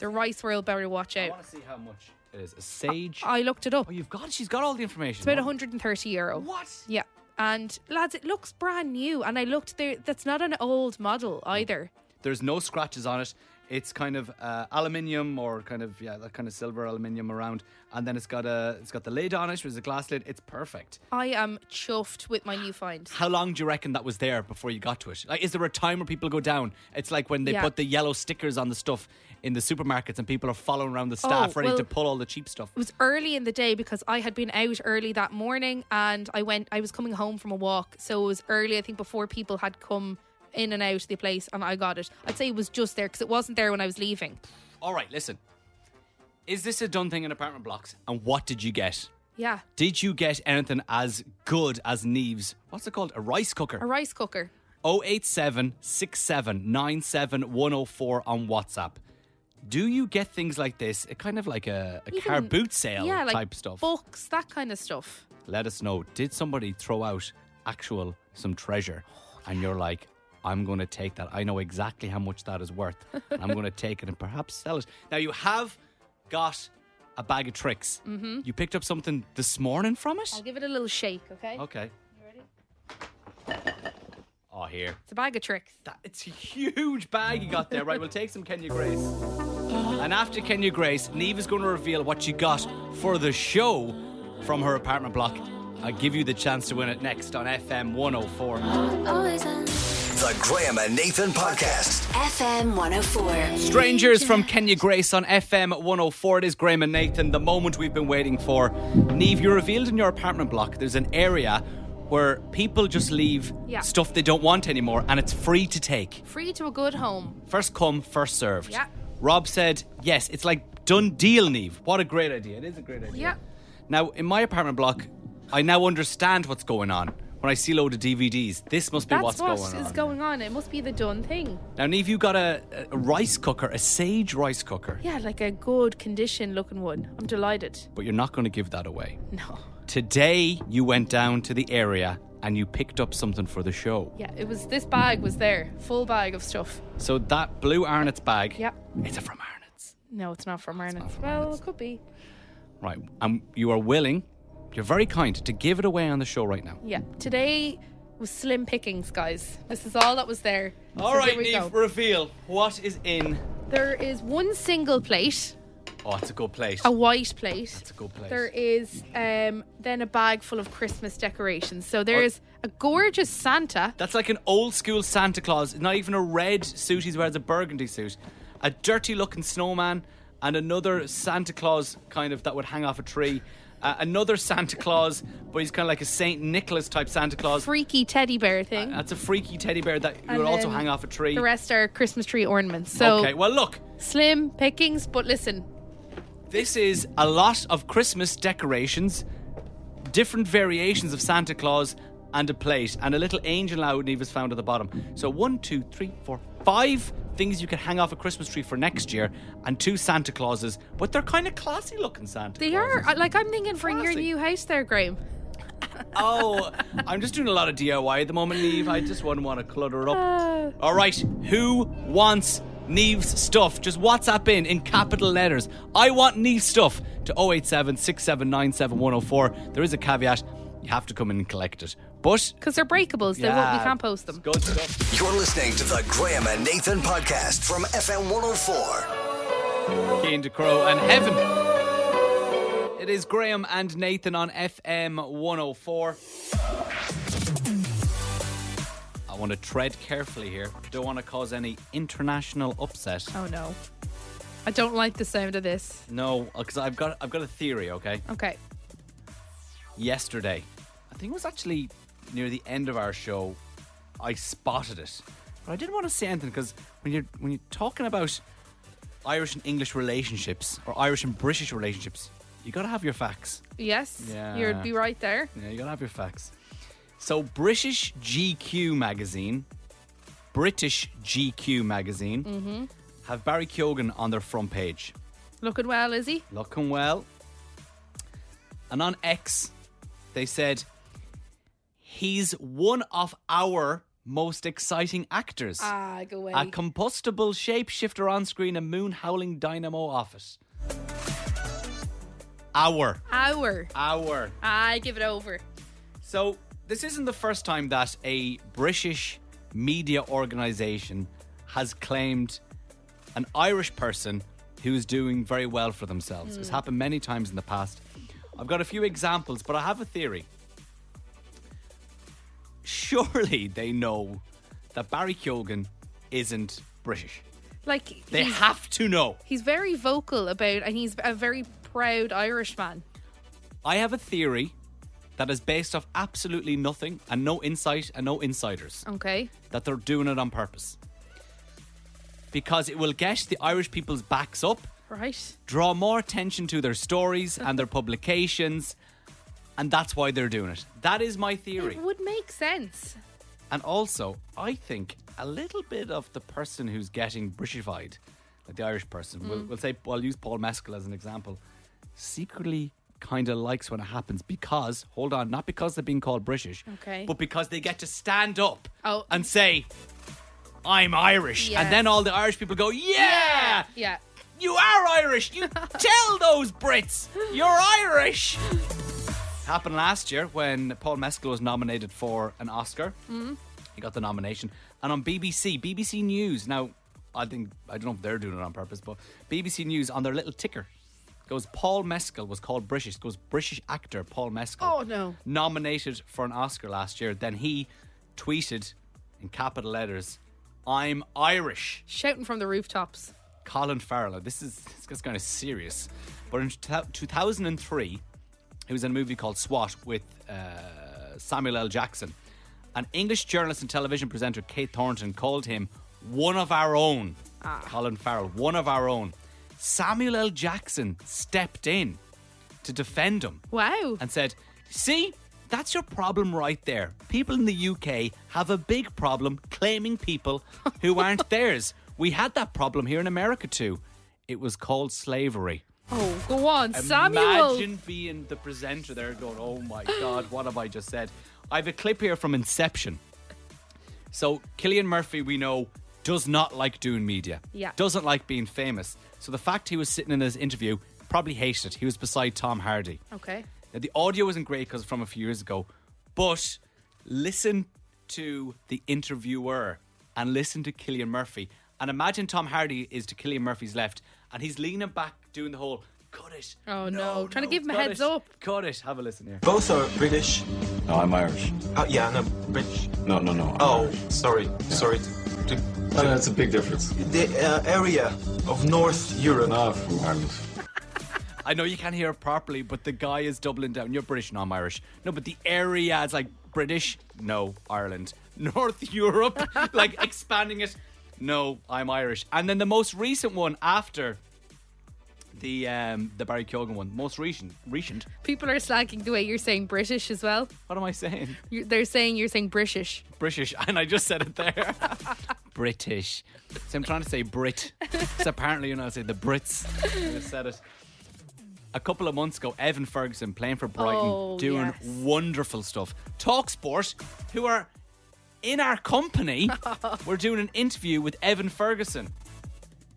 Speaker 2: the rice royal berry watch
Speaker 1: I
Speaker 2: out.
Speaker 1: want to see how much it is. A sage.
Speaker 2: I looked it up.
Speaker 1: oh, you've got. She's got all the information.
Speaker 2: Uh, It's about 130 euro.
Speaker 1: What?
Speaker 2: Yeah. And lads, it looks brand new. And I looked there, that's not an old model
Speaker 1: Hmm.
Speaker 2: either.
Speaker 1: There's no scratches on it. It's kind of uh, aluminium or kind of yeah, that kind of silver aluminium around, and then it's got a it's got the lid on it, which is a glass lid. It's perfect.
Speaker 2: I am chuffed with my new find.
Speaker 1: How long do you reckon that was there before you got to it? Like, is there a time where people go down? It's like when they
Speaker 2: Yeah.
Speaker 1: put the yellow stickers on the stuff in the supermarkets, and people are following around the staff ready
Speaker 2: Oh, well-
Speaker 1: to pull all the cheap stuff.
Speaker 2: It was early in the day because I had been out early that morning and I went I was coming home from a walk. So it was early, I think before people had come in and out of the place and I got it. I'd say it was just there because it wasn't there when I was leaving.
Speaker 1: All right, listen. Is this a done thing in apartment blocks? And what did you get?
Speaker 2: Yeah.
Speaker 1: Did you get anything as good as Neves? What's it called? A rice cooker.
Speaker 2: A rice cooker.
Speaker 1: 087 on WhatsApp. Do you get things like this? It kind of like a, a car
Speaker 2: Even-
Speaker 1: boot sale
Speaker 2: yeah, like
Speaker 1: type stuff.
Speaker 2: Books, that kind of stuff.
Speaker 1: Let us know. Did somebody throw out actual some treasure and you're like, I'm going to take that. I know exactly how much that is worth. and I'm going to take it and perhaps sell it. Now you have got a bag of tricks. Mm-hmm. You picked up something this morning from it?
Speaker 2: I'll give it a little shake, okay?
Speaker 1: Okay. Oh, here.
Speaker 2: It's a bag of tricks.
Speaker 1: That, it's a huge bag you got there. Right, we'll take some Kenya Grace. And after Kenya Grace, Neve is going to reveal what she got for the show from her apartment block. I give you the chance to win it next on FM 104.
Speaker 6: The Graham and Nathan Podcast.
Speaker 7: FM 104.
Speaker 1: Strangers from Kenya Grace on FM 104. It is Graham and Nathan, the moment we've been waiting for. Neve, you revealed in your apartment block there's an area where people just leave
Speaker 2: Yeah.
Speaker 1: stuff they don't want anymore and it's free to take.
Speaker 2: Free to a good home.
Speaker 1: First come, first served.
Speaker 2: Yeah.
Speaker 1: Rob said, yes, it's like done deal, Neve. What a great idea. It is a great idea.
Speaker 2: Yeah.
Speaker 1: Now, in my apartment block, I now understand what's going on when I see a load of DVDs. This must be
Speaker 2: That's
Speaker 1: what's
Speaker 2: what is
Speaker 1: going on.
Speaker 2: going on. It must be the done thing.
Speaker 1: now, Neve, you got a, a rice cooker, a sage rice cooker,
Speaker 2: Yeah, like a good condition looking one. I'm delighted.
Speaker 1: but you're not going to give that away.
Speaker 2: No.
Speaker 1: Today, you went down to the area and you picked up something for the show.
Speaker 2: Yeah, it was this bag was there. Full bag of stuff.
Speaker 1: So, that blue Arnott's bag,
Speaker 2: Yeah.
Speaker 1: it's from Arnott's.
Speaker 2: No, it's not from Ireland.
Speaker 1: from
Speaker 2: Well,
Speaker 1: Ireland.
Speaker 2: it could be.
Speaker 1: Right. And you are willing, you're very kind to give it away on the show right now.
Speaker 2: Yeah. Today was slim pickings, guys. This is all that was there.
Speaker 1: All
Speaker 2: So
Speaker 1: right,
Speaker 2: here we
Speaker 1: Neve,
Speaker 2: go.
Speaker 1: reveal what is in.
Speaker 2: There is one single plate,
Speaker 1: Oh, it's a good place.
Speaker 2: a white plate. That's
Speaker 1: a good plate.
Speaker 2: There is um, then a bag full of Christmas decorations. So there is a gorgeous Santa.
Speaker 1: That's like an old school Santa Claus. Not even a red suit, he's wears a burgundy suit. A dirty looking snowman, and another Santa Claus kind of that would hang off a tree. Uh, another Santa Claus, but he's kind of like a St. Nicholas type Santa Claus.
Speaker 2: freaky teddy bear thing.
Speaker 1: Uh, That's a freaky teddy bear that you
Speaker 2: And
Speaker 1: would also
Speaker 2: then
Speaker 1: hang off a tree.
Speaker 2: the rest are Christmas tree ornaments. So
Speaker 1: okay, well, look,
Speaker 2: slim pickings, but listen,
Speaker 1: This is a lot of Christmas decorations, different variations of Santa Claus, and a plate, and a little angel out Neva's found at the bottom. So one, two, three, four, five things you can hang off a Christmas tree for next year, and two Santa Clauses, but they're kind of classy looking Santa
Speaker 2: they
Speaker 1: Clauses.
Speaker 2: are I- like I'm thinking for your
Speaker 1: Classy.
Speaker 2: new house there, Graham.
Speaker 1: Oh, I'm just doing a lot of DIY at the moment, Neve. I just wouldn't want to clutter it
Speaker 2: Uh.
Speaker 1: up. All right, who wants Neve's stuff? Just WhatsApp in in capital letters. I want Neve's stuff oh to 087 679 7104. There is a caveat you have to come in and collect it. But
Speaker 2: because they're breakables. They won't.
Speaker 1: yeah,
Speaker 2: We can't post them.
Speaker 1: it's Good stuff.
Speaker 6: You're listening to the Graham and Nathan podcast from FM 104.
Speaker 1: Keen to Crow and Heaven. It is Graham and Nathan on FM 104. I want to tread carefully here. Don't want to cause any international upset.
Speaker 2: Oh no, I don't like the sound of this.
Speaker 1: No, because I've got I've got a theory. Okay,
Speaker 2: Okay,
Speaker 1: yesterday, I think it was actually near the end of our show. I spotted it, but I didn't want to say anything because when you're when you're talking about Irish and English relationships or Irish and British relationships, you got to have your facts.
Speaker 2: yes,
Speaker 1: Yeah.
Speaker 2: you'd be right there.
Speaker 1: Yeah, you gotta have your facts. So, British GQ magazine, British GQ magazine, have Barry Keoghan on their front page.
Speaker 2: Looking well, is he?
Speaker 1: Looking well. And on X, they said, he's one of our most exciting actors.
Speaker 2: Ah, go away.
Speaker 1: a combustible shapeshifter on screen, a moon howling dynamo office. Our.
Speaker 2: Hour.
Speaker 1: Our.
Speaker 2: I give it over.
Speaker 1: So, this isn't the first time that a British media organization has claimed an Irish person who's doing very well for themselves. It's happened many times in the past. I've got a few examples, but I have a theory. Surely they know that Barry Keoghan isn't British.
Speaker 2: Like
Speaker 1: They
Speaker 2: he's,
Speaker 1: have to know.
Speaker 2: he's very vocal about, and he's a very proud Irishman.
Speaker 1: I have a theory that is based off absolutely nothing and no insight and no insiders.
Speaker 2: Okay,
Speaker 1: that they're doing it on purpose. Because it will get the Irish people's backs up,
Speaker 2: right.
Speaker 1: draw more attention to their stories and their publications, and that's why they're doing it. That is my theory.
Speaker 2: It would make sense.
Speaker 1: And also, I think a little bit of the person who's getting Britishified, like the Irish person, we'll,
Speaker 2: Mm.
Speaker 1: we'll say, well, I'll use Paul Mescal as an example, secretly kind of likes when it happens because, hold on, not because they're being called British,
Speaker 2: Okay.
Speaker 1: but because they get to stand up
Speaker 2: Oh.
Speaker 1: and say, I'm Irish. And then
Speaker 2: Yes.
Speaker 1: all the Irish people go, yeah,
Speaker 2: Yeah.
Speaker 1: you are Irish. You tell those Brits you're Irish. Happened last year when Paul Mescal was nominated for an Oscar. Mm-hmm. He got the nomination, and on BBC, BBC News. Now, I think I don't know if they're doing it on purpose, but BBC News on their little ticker goes Paul Mescal was called British. Goes British actor Paul Mescal.
Speaker 2: Oh, no.
Speaker 1: Nominated for an Oscar last year. Then he tweeted in capital letters, "I'm Irish."
Speaker 2: Shouting from the rooftops.
Speaker 1: Colin Farrell. Now, This is this gets kind of serious. But in t- 2003, he was in a movie called SWAT with uh, Samuel L. Jackson. An English journalist and television presenter, Kate Thornton, called him one of our own. Colin Farrell, one of our own. Samuel L. Jackson stepped in to defend him
Speaker 2: Wow.
Speaker 1: and said, See, that's your problem right there. People in the UK have a big problem claiming people who aren't theirs. We had that problem here in America too. It was called slavery.
Speaker 2: oh, go on, Samuel.
Speaker 1: Imagine being the presenter there going, oh my God, what have I just said? I have a clip here from Inception. So, Killian Murphy, we know, does not like doing media.
Speaker 2: Yeah.
Speaker 1: Doesn't like being famous. So, the fact he was sitting in his interview probably hated it. He was beside Tom Hardy.
Speaker 2: Okay.
Speaker 1: Now, the audio isn't great because from a few years ago, but listen to the interviewer and listen to Killian Murphy. And imagine Tom Hardy is to Killian Murphy's left and he's leaning back doing the whole cut it.
Speaker 2: Oh, no. Trying to give him a
Speaker 1: cut
Speaker 2: heads
Speaker 1: it,
Speaker 2: up."
Speaker 1: Cut it. Have a listen here.
Speaker 9: Both are British.
Speaker 10: No, I'm Irish.
Speaker 9: Oh, yeah, no, British.
Speaker 10: No, no, no. I'm
Speaker 9: Oh,
Speaker 10: Irish.
Speaker 9: sorry, sorry. The,
Speaker 10: No, no, it's a big difference.
Speaker 9: the uh, area of North Europe.
Speaker 10: No, I'm from Ireland.
Speaker 1: I know you can't hear it properly, but the guy is doubling down. You're British, no, I'm Irish. No, but the area is like British, no, Ireland. North Europe, like expanding it, no, I'm Irish. And then the most recent one after the um, the Barry Keoghan one, most recent, recent.
Speaker 2: People are slacking the way you're saying British as well.
Speaker 1: What am I saying?
Speaker 2: You- They're saying you're saying British.
Speaker 1: British, and I just said it there. British. So I'm trying to say Brit. So apparently you're not saying the Brits. I just said it. A couple of months ago, Evan Ferguson playing for Brighton,
Speaker 2: Oh,
Speaker 1: doing
Speaker 2: yes.
Speaker 1: wonderful stuff. Talk Sport, who are in our company, we're doing an interview with Evan Ferguson,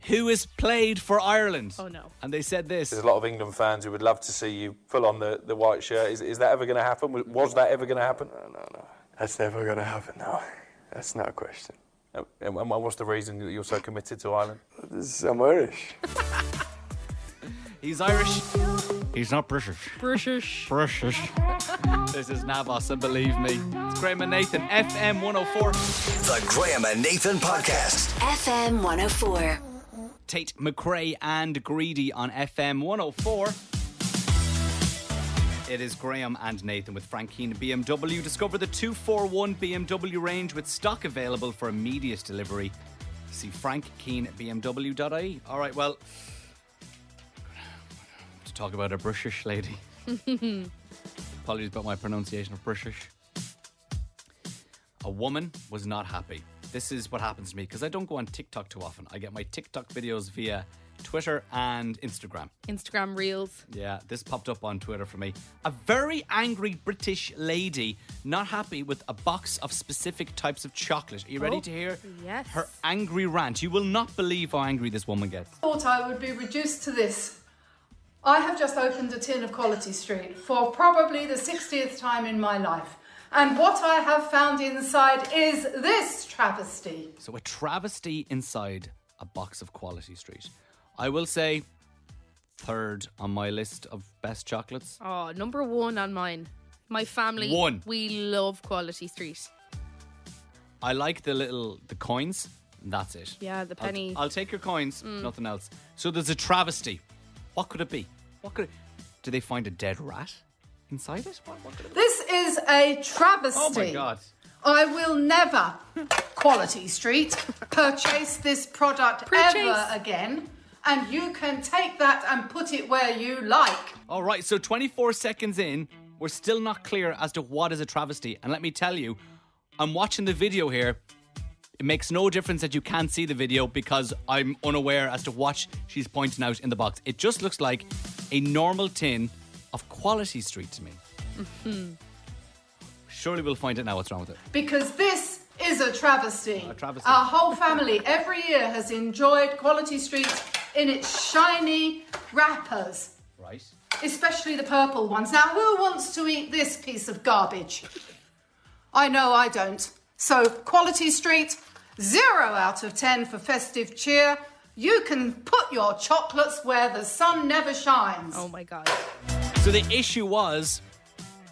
Speaker 1: who has played for Ireland.
Speaker 2: Oh, no.
Speaker 1: And they said this.
Speaker 11: There's a lot of England fans who would love to see you pull on the, the white shirt. Is, is that ever going to happen? Was that ever going to happen? No, no, no. That's never going to happen now. That's not a question.
Speaker 12: Uh, And and what's the reason that you're so committed to Ireland?
Speaker 11: I'm Irish.
Speaker 1: He's Irish. He's not British.
Speaker 2: British.
Speaker 1: British. this is Navas, and believe me, it's Graham and Nathan, FM 104.
Speaker 6: The Graham and Nathan Podcast.
Speaker 7: FM 104.
Speaker 1: Tate McRae and Greedy on FM 104. It is Graham and Nathan with Frankine BMW. Discover the 241 BMW range with stock available for immediate delivery. See frankkeenbmw.ie. E. All right, well, to talk about a British lady. Apologies about my pronunciation of British. A woman was not happy. This is what happens to me because I don't go on TikTok too often. I get my TikTok videos via Twitter and Instagram.
Speaker 2: Instagram Reels.
Speaker 1: Yeah, this popped up on Twitter for me. A very angry British lady not happy with a box of specific types of chocolate. Are you ready
Speaker 2: Oh,
Speaker 1: to hear
Speaker 2: Yes.
Speaker 1: her angry rant? You will not believe how angry this woman gets.
Speaker 13: thought I would be reduced to this. I have just opened a tin of Quality Street for probably the 60th time in my life. And what I have found inside is this travesty.
Speaker 1: So, a travesty inside a box of Quality Street. I will say, third on my list of best chocolates.
Speaker 2: Oh, number one on mine. My family.
Speaker 1: One.
Speaker 2: We love Quality Street.
Speaker 1: I like the little the coins. And that's it.
Speaker 2: Yeah, the
Speaker 1: I'll-
Speaker 2: penny.
Speaker 1: I'll, take your coins,
Speaker 2: Mm.
Speaker 1: nothing else. So there's a travesty. What could it be? What could? It, do they find a dead rat inside it? What, what could it be?
Speaker 13: This is a travesty.
Speaker 1: Oh my god!
Speaker 13: I will never, Quality Street, purchase this product ever again. And you can take that and put it where you like.
Speaker 1: All right, so 24 seconds in, we're still not clear as to what is a travesty. And let me tell you, I'm watching the video here. It makes no difference that you can't see the video because I'm unaware as to what she's pointing out in the box. It just looks like a normal tin of Quality Street to me.
Speaker 13: Mhm.
Speaker 1: Surely we'll find it now. What's wrong with it?
Speaker 13: Because this is a travesty.
Speaker 1: A travesty.
Speaker 13: Our whole family every year has enjoyed Quality Street in its shiny wrappers,
Speaker 1: Right.
Speaker 13: especially the purple ones. Now, who wants to eat this piece of garbage? I know I don't. So, Quality Street, zero out of ten for festive cheer. You can put your chocolates where the sun never shines. Oh
Speaker 2: my god.
Speaker 1: So the issue was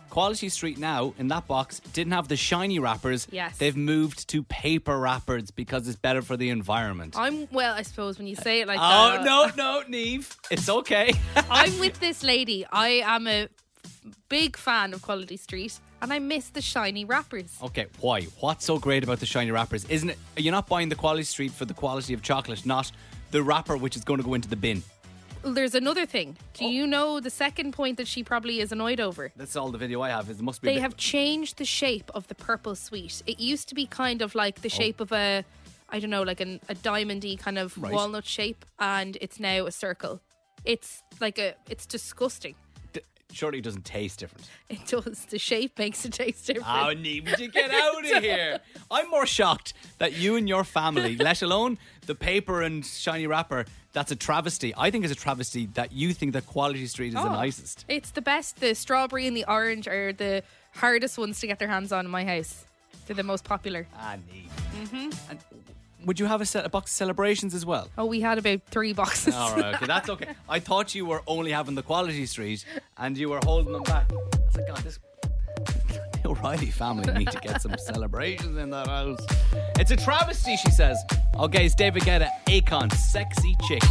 Speaker 1: Quality Street now in that box didn't have the shiny wrappers.
Speaker 2: Yes.
Speaker 1: They've moved to paper wrappers because it's better for the environment.
Speaker 2: I'm well, I suppose when you say it like
Speaker 1: oh
Speaker 2: that.
Speaker 1: no, no, Neve. It's okay.
Speaker 2: I'm with this lady. I am a big fan of Quality Street and I miss the shiny wrappers.
Speaker 1: okay, why? What's so great about the shiny wrappers? Isn't it you're not buying the Quality Street for the quality of chocolate, not the wrapper which is going to go into the bin.
Speaker 2: Well, There's another thing. Do
Speaker 1: Oh.
Speaker 2: you know the second point that she probably is annoyed over?
Speaker 1: That's all the video I have. It must be a
Speaker 2: They
Speaker 1: bit-
Speaker 2: have changed the shape of the purple sweet. It used to be kind of like the
Speaker 1: Oh.
Speaker 2: shape of a, I don't know, like an, a diamondy kind of
Speaker 1: Right.
Speaker 2: walnut shape, and it's now a circle. It's like a, it's disgusting.
Speaker 1: d- surely it doesn't taste different.
Speaker 2: It does. The shape makes it taste different.
Speaker 1: Oh, Neve, would you get out of here? I'm more shocked that you and your family, let alone the paper and shiny wrapper, that's a travesty. I think it's a travesty that you think that Quality Street is the
Speaker 2: Oh,
Speaker 1: nicest.
Speaker 2: It's the best. The strawberry and the orange are the hardest ones to get their hands on in my house. They're the most popular.
Speaker 1: Ah, Neve.
Speaker 2: hmm
Speaker 1: Mm-hmm. Would you have a, set, a box of celebrations as well?
Speaker 2: Oh, we had about three boxes.
Speaker 1: All right, okay, that's okay. I thought you were only having the Quality Street and you were holding them back. I was like, God, this. The O'Reilly family need to get some celebrations in that house. It's a travesty, she says. Okay, it's David Guetta, Akon, sexy chick.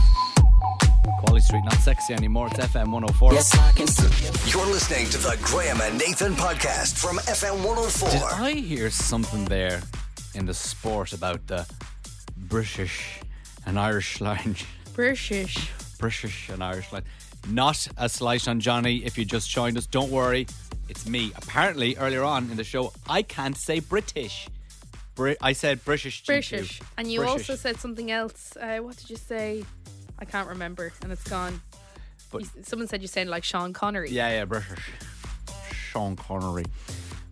Speaker 1: Quality Street, not sexy anymore. It's FM 104.
Speaker 6: You're listening to the Graham and Nathan Podcast from FM 104.
Speaker 1: Did I hear something there in the sport about the British and Irish line?
Speaker 2: British.
Speaker 1: British and Irish line. Not a slight on Johnny if you just joined us. Don't worry, it's me. Apparently, earlier on in the show, I can't say British. Bri- I said British. to you.
Speaker 2: British. And you
Speaker 1: British.
Speaker 2: also said something else. Uh, what did you say? I can't remember, and it's gone.
Speaker 1: But-
Speaker 2: You- someone said you sound like Sean Connery.
Speaker 1: Yeah, yeah, British. Sean Connery.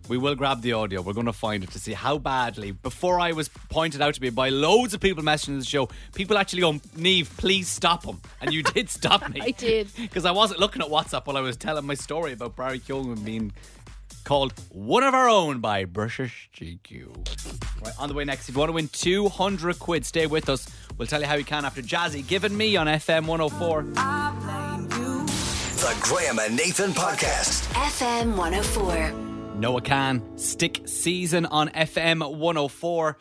Speaker 1: We will grab the audio. We're going to find it to see how badly. Before I was pointed out to me by loads of people messaging the show, people actually going, Neve, please stop him. And you did stop me.
Speaker 2: I did.
Speaker 1: Because I wasn't looking at WhatsApp while I was telling my story about Barry Keoghan being called One of Our Own by British GQ. Right, on the way next, if you want to win 200 quid, stay with us. We'll tell you how you can after Jazzy giving me on FM 104.
Speaker 6: The Graham and Nathan Podcast.
Speaker 7: FM 104.
Speaker 1: Noah Can, Stick Season on FM 104.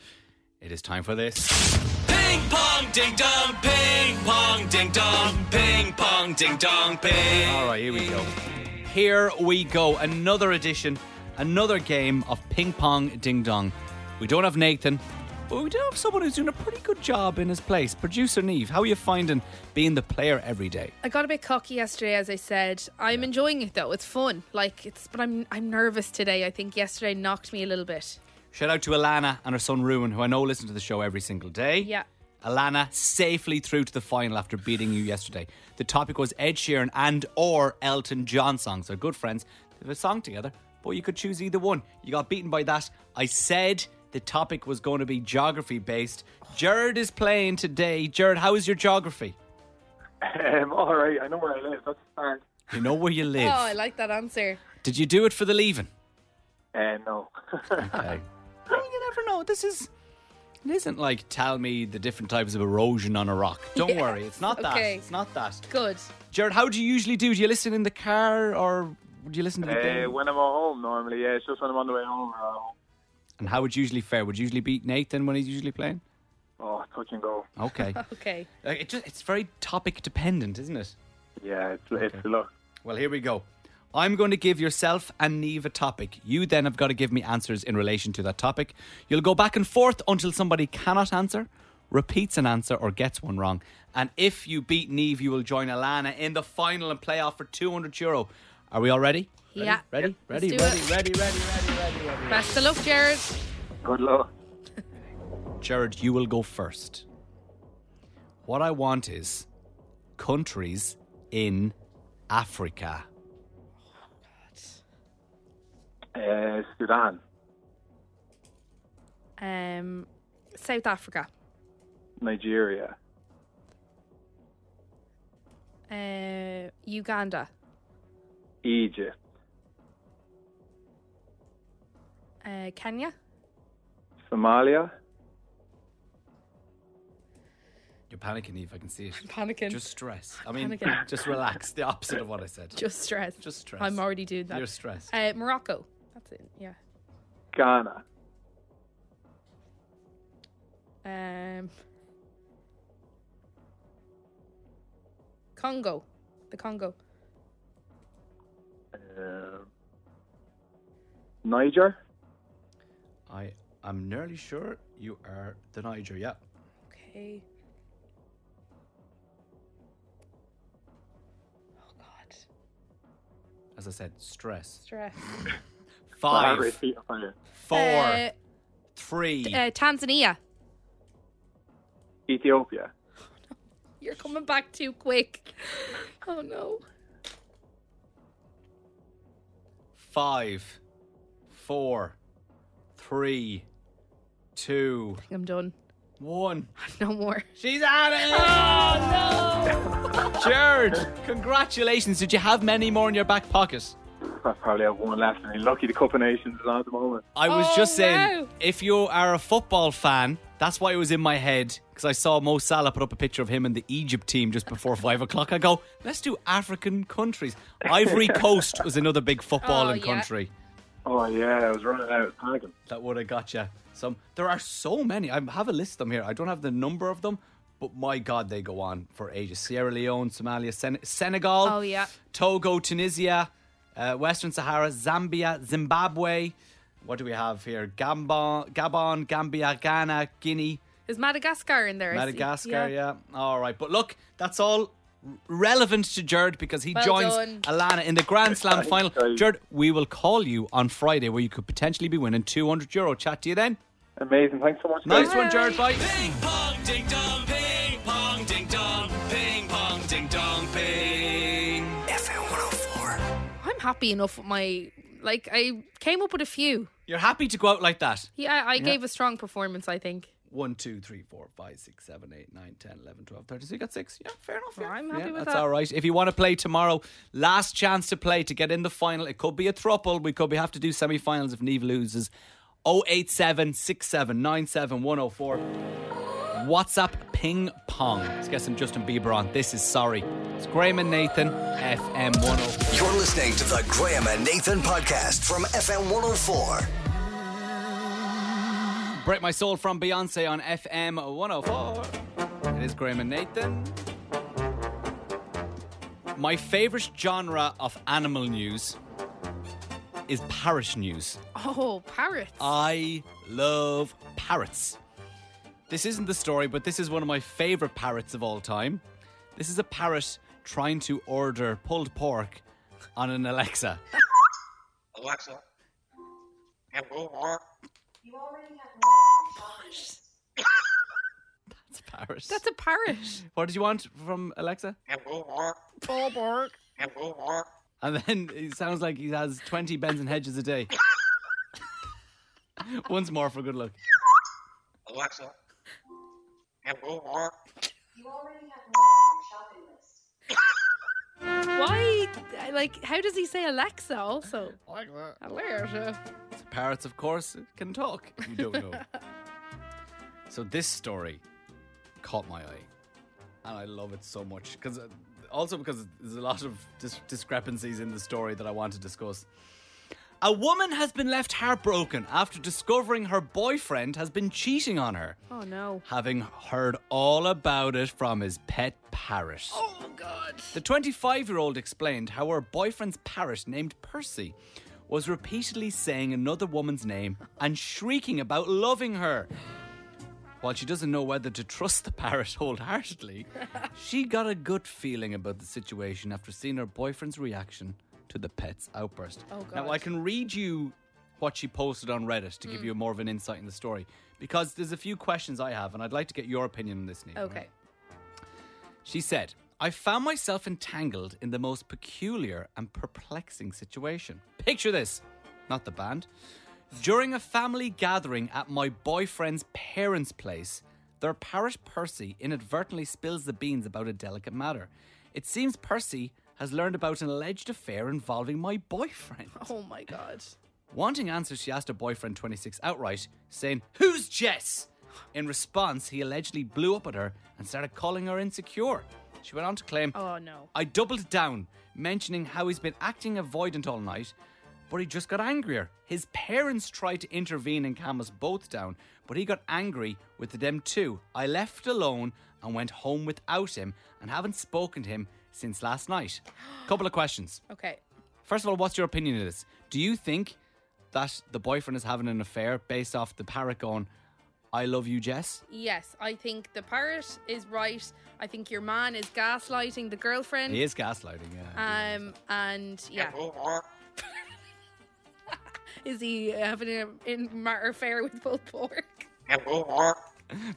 Speaker 1: It is time for this.
Speaker 14: Ping pong ding dong, ping pong ding dong, ping pong ding dong, ping.
Speaker 1: All right, here we go. Here we go. Another edition, another game of ping pong ding dong. We don't have Nathan, but we do have someone who's doing a pretty good job in his place. Producer Neve, how are you finding being the player every day?
Speaker 2: I got a bit cocky yesterday, as I said. I'm enjoying it though. It's fun. Like it's, but I'm I'm nervous today. I think yesterday knocked me a little bit.
Speaker 1: Shout out to Alana and her son Ruin, who I know listen to the show every single day.
Speaker 2: Yeah.
Speaker 1: Alana safely through to the final after beating you yesterday. The topic was Ed Sheeran and or Elton John songs. They're good friends. They have a song together, but you could choose either one. You got beaten by that. I said the topic was going to be geography based. Jared is playing today. Jared, how is your geography?
Speaker 15: Um, all right, I know where I live. That's fine.
Speaker 1: You know where you
Speaker 2: Oh,
Speaker 1: live.
Speaker 2: I like that answer.
Speaker 1: Did you do it for the leaving?
Speaker 15: Uh, no.
Speaker 1: okay. You never know. This is it isn't like tell me the different types of erosion on a rock. Don't
Speaker 2: Yes,
Speaker 1: worry, it's not that.
Speaker 2: okay.
Speaker 1: It's not that.
Speaker 2: Good.
Speaker 1: Jared, how do you usually do? Do you listen in the car or do you listen to the
Speaker 15: Uh,
Speaker 1: game?
Speaker 15: when I'm at home, normally, yeah, it's just when I'm on the way home. Uh,
Speaker 1: And how would you usually fare? Would you usually beat Nathan when he's usually playing?
Speaker 15: oh, touch and go.
Speaker 1: Okay.
Speaker 2: okay.
Speaker 1: Like, it just, it's very topic dependent, isn't it?
Speaker 15: Yeah, it's, it's the look.
Speaker 1: Well, here we go. I'm going to give yourself and Neve a topic. You then have got to give me answers in relation to that topic. You'll go back and forth until somebody cannot answer, repeats an answer, or gets one wrong. And if you beat Neve, you will join Alana in the final and play off for 200 euro. Are we all ready?
Speaker 2: yeah.
Speaker 1: Ready? Ready?
Speaker 2: do
Speaker 1: ready?
Speaker 2: it.
Speaker 1: Ready? Ready? Ready? Ready? Ready?
Speaker 2: Best of luck, Jared.
Speaker 1: Good luck. Jared, you will go first. What I want is countries in Africa.
Speaker 15: Uh, Sudan.
Speaker 2: Um, South Africa.
Speaker 15: Nigeria.
Speaker 2: Uh, Uganda.
Speaker 15: Egypt.
Speaker 2: Uh, Kenya.
Speaker 15: Somalia.
Speaker 1: You're panicking, Eve. I can see it.
Speaker 2: panicking.
Speaker 1: Just stress. I
Speaker 2: I'm
Speaker 1: mean,
Speaker 2: panicking.
Speaker 1: just relax. The opposite of what I said.
Speaker 2: Just stress.
Speaker 1: Just stress.
Speaker 2: I'm already doing that.
Speaker 1: You're stressed.
Speaker 2: Uh, Morocco. That's it. Yeah.
Speaker 15: Ghana.
Speaker 2: Um, Congo. The Congo.
Speaker 15: Um Niger.
Speaker 1: I I'm nearly sure you are the Niger. Yeah.
Speaker 2: Okay.
Speaker 1: As I said, stress.
Speaker 2: Stress.
Speaker 1: Five,
Speaker 15: Sorry,
Speaker 1: four, three, two,
Speaker 15: Peter Pan.
Speaker 2: Uh, Uh, Tanzania.
Speaker 15: Ethiopia.
Speaker 2: You're coming back too quick. Oh no.
Speaker 1: five, four, three, two,
Speaker 2: I think I'm done.
Speaker 1: one.
Speaker 2: No more.
Speaker 1: She's out of
Speaker 2: Oh,
Speaker 1: it. Jared, congratulations. Did you have many more in your back pocket?
Speaker 15: I probably have one left, and lucky the Cup of Nations is on at the moment.
Speaker 1: I was
Speaker 15: Oh,
Speaker 1: just saying,
Speaker 15: wow.
Speaker 1: if you are a football fan, that's why it was in my head because I saw Mo Salah put up a picture of him and the Egypt team just before five o'clock. I go, let's do African countries. Ivory Coast was another big footballing
Speaker 15: Oh, yeah.
Speaker 1: country.
Speaker 15: Oh yeah, I was running out of time.
Speaker 1: That would have got you some. There are so many. I have a list of them here. I don't have the number of them, but my God, they go on for ages. Sierra Leone, Somalia, Sen- Senegal.
Speaker 2: Oh, yeah.
Speaker 1: Togo, Tunisia, uh, Western Sahara, Zambia, Zimbabwe. What do we have here? Gabon, Gabon, Gambia, Ghana, Guinea,
Speaker 2: Is Madagascar in there? I see.
Speaker 1: Madagascar. Yeah. All right. But look, that's all r- relevant to Jared because he
Speaker 2: Well
Speaker 1: joins
Speaker 2: done.
Speaker 1: Alana in the Grand Slam final. Jared, we will call you on Friday where you could potentially be winning 200 euro. Chat to you then.
Speaker 15: Amazing. Thanks so much.
Speaker 1: Nice
Speaker 15: guys.
Speaker 1: one, Jared. Bye.
Speaker 14: Ping pong ding dong, ping pong ding dong, ping pong ding dong, ping.
Speaker 6: FM 104.
Speaker 2: I'm happy enough with my. Like, I came up with a few.
Speaker 1: You're happy to go out like that.
Speaker 2: Yeah, I gave a strong performance, I think.
Speaker 1: 1, 2, 3, 4, 5, 6, 7, 8, 9, 10, 11, 12, 13. So you got six. Yeah, fair enough. Yeah.
Speaker 2: I'm happy
Speaker 1: Yeah,
Speaker 2: with
Speaker 1: that's
Speaker 2: that.
Speaker 1: all right. If you want to play tomorrow, last chance to play to get in the final. It could be a throuple. We could be have to do semi-finals if Neve loses. Oh, 087 6797 104. WhatsApp ping pong. Let's get some Justin Bieber on. This is sorry. It's Graham and Nathan, FM 104.
Speaker 6: You're listening to the Graham and Nathan podcast from FM 104.
Speaker 1: Break My Soul from Beyonce on FM 104. It is Graham and Nathan. My favorite genre of animal news is parrot news.
Speaker 2: Oh, parrots.
Speaker 1: I love parrots. This isn't the story, but this is one of my favorite parrots of all time. This is a parrot trying to order pulled pork on an Alexa.
Speaker 16: Alexa, have no more.
Speaker 1: Parrot.
Speaker 2: That's a parrot.
Speaker 1: What did you want from Alexa?
Speaker 16: Have no more.
Speaker 2: Ball bark.
Speaker 16: Have no more.
Speaker 1: And then it sounds like he has 20 bends and hedges a day. Once more for good luck.
Speaker 16: Alexa, have no more.
Speaker 2: Why? Like, how does he say Alexa also? Alexa.
Speaker 1: Parrots, of course, can talk. You don't know. so this story caught my eye. And I love it so much. because Also, because there's a lot of dis- discrepancies in the story that I want to discuss. A woman has been left heartbroken after discovering her boyfriend has been cheating on her,
Speaker 2: Oh, no.
Speaker 1: having heard all about it from his pet parrot.
Speaker 2: Oh, God.
Speaker 1: The 25 year old explained how her boyfriend's parrot named Percy was repeatedly saying another woman's name and shrieking about loving her. While she doesn't know whether to trust the parrot wholeheartedly, she got a good feeling about the situation after seeing her boyfriend's reaction to the pet's outburst.
Speaker 14: Oh,
Speaker 1: Now,
Speaker 14: God.
Speaker 1: I can read you what she posted on Reddit to give
Speaker 14: Mm.
Speaker 1: you more of an insight in the story because there's a few questions I have, and I'd like to get your opinion on this, Niamh.
Speaker 2: Okay.
Speaker 1: She said, I found myself entangled in the most peculiar and perplexing situation. Picture this, not the band. During a family gathering at my boyfriend's parents' place, their parrot Percy inadvertently spills the beans about a delicate matter. It seems Percy has learned about an alleged affair involving my boyfriend.
Speaker 2: Oh my god.
Speaker 1: Wanting answers, she asked her boyfriend 26 outright, saying, Who's Jess? In response, he allegedly blew up at her and started calling her insecure. She went on to claim,
Speaker 2: Oh, no.
Speaker 1: I doubled down, mentioning how he's been acting avoidant all night, but he just got angrier. His parents tried to intervene and calm us both down, but he got angry with them too. I left alone and went home without him and haven't spoken to him since last night. Couple of questions.
Speaker 2: Okay.
Speaker 1: First of all, what's your opinion of this? Do you think that the boyfriend is having an affair based off the parrot going, I love you, Jess?
Speaker 2: Yes, I think the parrot is right. I think your man is gaslighting the girlfriend.
Speaker 1: He is gaslighting, yeah.
Speaker 2: Um, and yeah. is he having an in matter affair with pulled pork?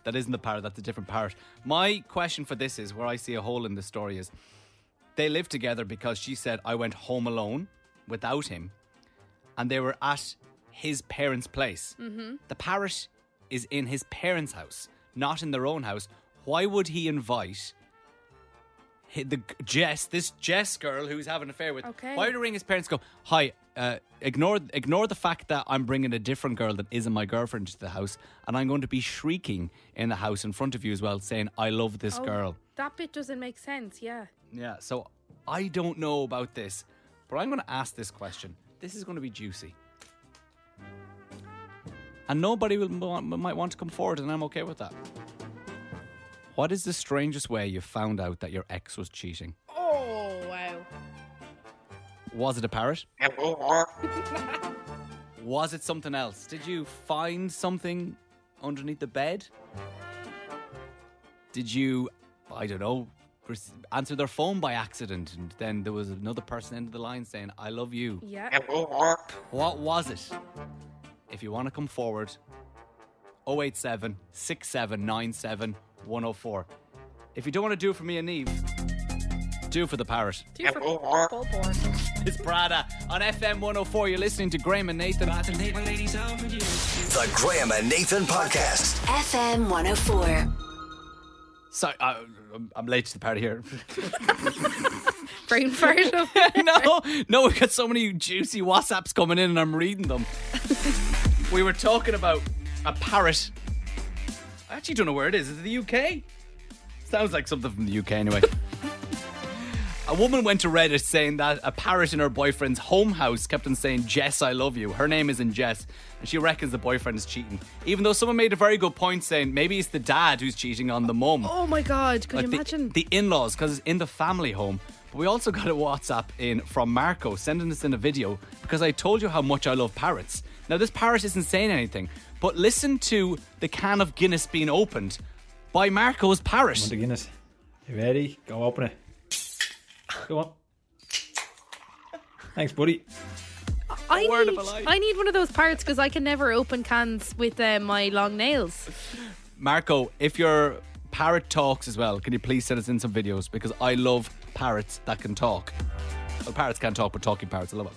Speaker 1: that isn't the parrot, that's a different parrot. My question for this is where I see a hole in the story is they lived together because she said, I went home alone without him, and they were at his parents' place.
Speaker 2: Mm-hmm.
Speaker 1: The parrot is in his parents' house, not in their own house. Why would he invite hi- the g- Jess, this Jess girl who's having an affair with?
Speaker 14: Okay.
Speaker 1: Why would he ring his parents? and Go, hi. Uh, ignore ignore the fact that I'm bringing a different girl that isn't my girlfriend to the house, and I'm going to be shrieking in the house in front of you as well, saying I love this
Speaker 2: Oh,
Speaker 1: girl.
Speaker 2: That bit doesn't make sense, yeah.
Speaker 1: Yeah. So I don't know about this, but I'm going to ask this question. This is going to be juicy. And nobody will, might want to come forward, and I'm okay with that. What is the strangest way you found out that your ex was cheating?
Speaker 2: Oh, wow.
Speaker 1: Was it a parrot?
Speaker 16: Have no more.
Speaker 1: Was it something else? Did you find something underneath the bed? Did you, I don't know, res- answer their phone by accident and then there was another person into the line saying, I love you?
Speaker 2: Yeah.
Speaker 16: Have no more.
Speaker 1: What was it? If you want to come forward, 087 6797 104. If you don't want to do it for me and Eve, Do for the parrot.
Speaker 2: Two for Bullborn.
Speaker 1: It's Prada on FM 104. You're listening to Graham and Nathan.
Speaker 6: The Graham and Nathan Podcast.
Speaker 7: FM 104.
Speaker 1: So I, I'm- I'm late to the party here.
Speaker 2: Brain fart.
Speaker 1: no, no, we've got so many juicy WhatsApps coming in, and I'm reading them. we were talking about a parrot. I actually don't know where it is. Is it the UK? Sounds like something from the UK, anyway. A woman went to Reddit saying that a parrot in her boyfriend's home house kept on saying, Jess, I love you. Her name isn't Jess. And she reckons the boyfriend is cheating. Even though someone made a very good point saying maybe it's the dad who's cheating on the mum.
Speaker 2: Oh my god, could
Speaker 1: Like
Speaker 2: you
Speaker 1: the-
Speaker 2: imagine?
Speaker 1: The, in laws, because it's in the family home. But we also got a WhatsApp in from Marco sending us in a video because I told you how much I love parrots. Now, this parrot isn't saying anything, but listen to the can of Guinness being opened by Marco's parrot.
Speaker 17: Come on to Guinness. You ready? Go open it. Go on. Thanks, buddy.
Speaker 2: I
Speaker 17: word of
Speaker 2: need,
Speaker 17: a lie.
Speaker 2: I need one of those parts because I can never open cans with uh, my long nails.
Speaker 1: Marco, if your parrot talks as well, can you please send us in some videos because I love parrots that can talk. Well, parrots can't talk, but talking parrots, I love it.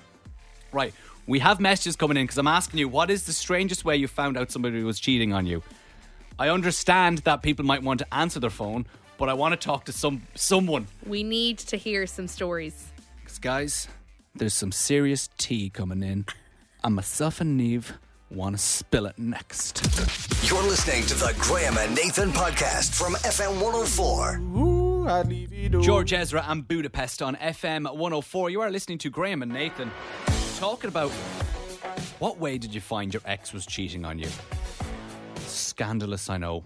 Speaker 1: Right, we have messages coming in because I'm asking you, what is the strangest way you found out somebody was cheating on you? I understand that people might want to answer their phone, but I want to talk to some someone.
Speaker 2: We need to hear some stories.
Speaker 1: 'Cause guys, there's some serious tea coming in, and myself and Neve want to spill it next.
Speaker 6: You're listening to the Graham and Nathan Podcast from FM 104.
Speaker 1: George Ezra and Budapest on FM 104. You are listening to Graham and Nathan talking about what way did you find your ex was cheating on you? Scandalous, I know.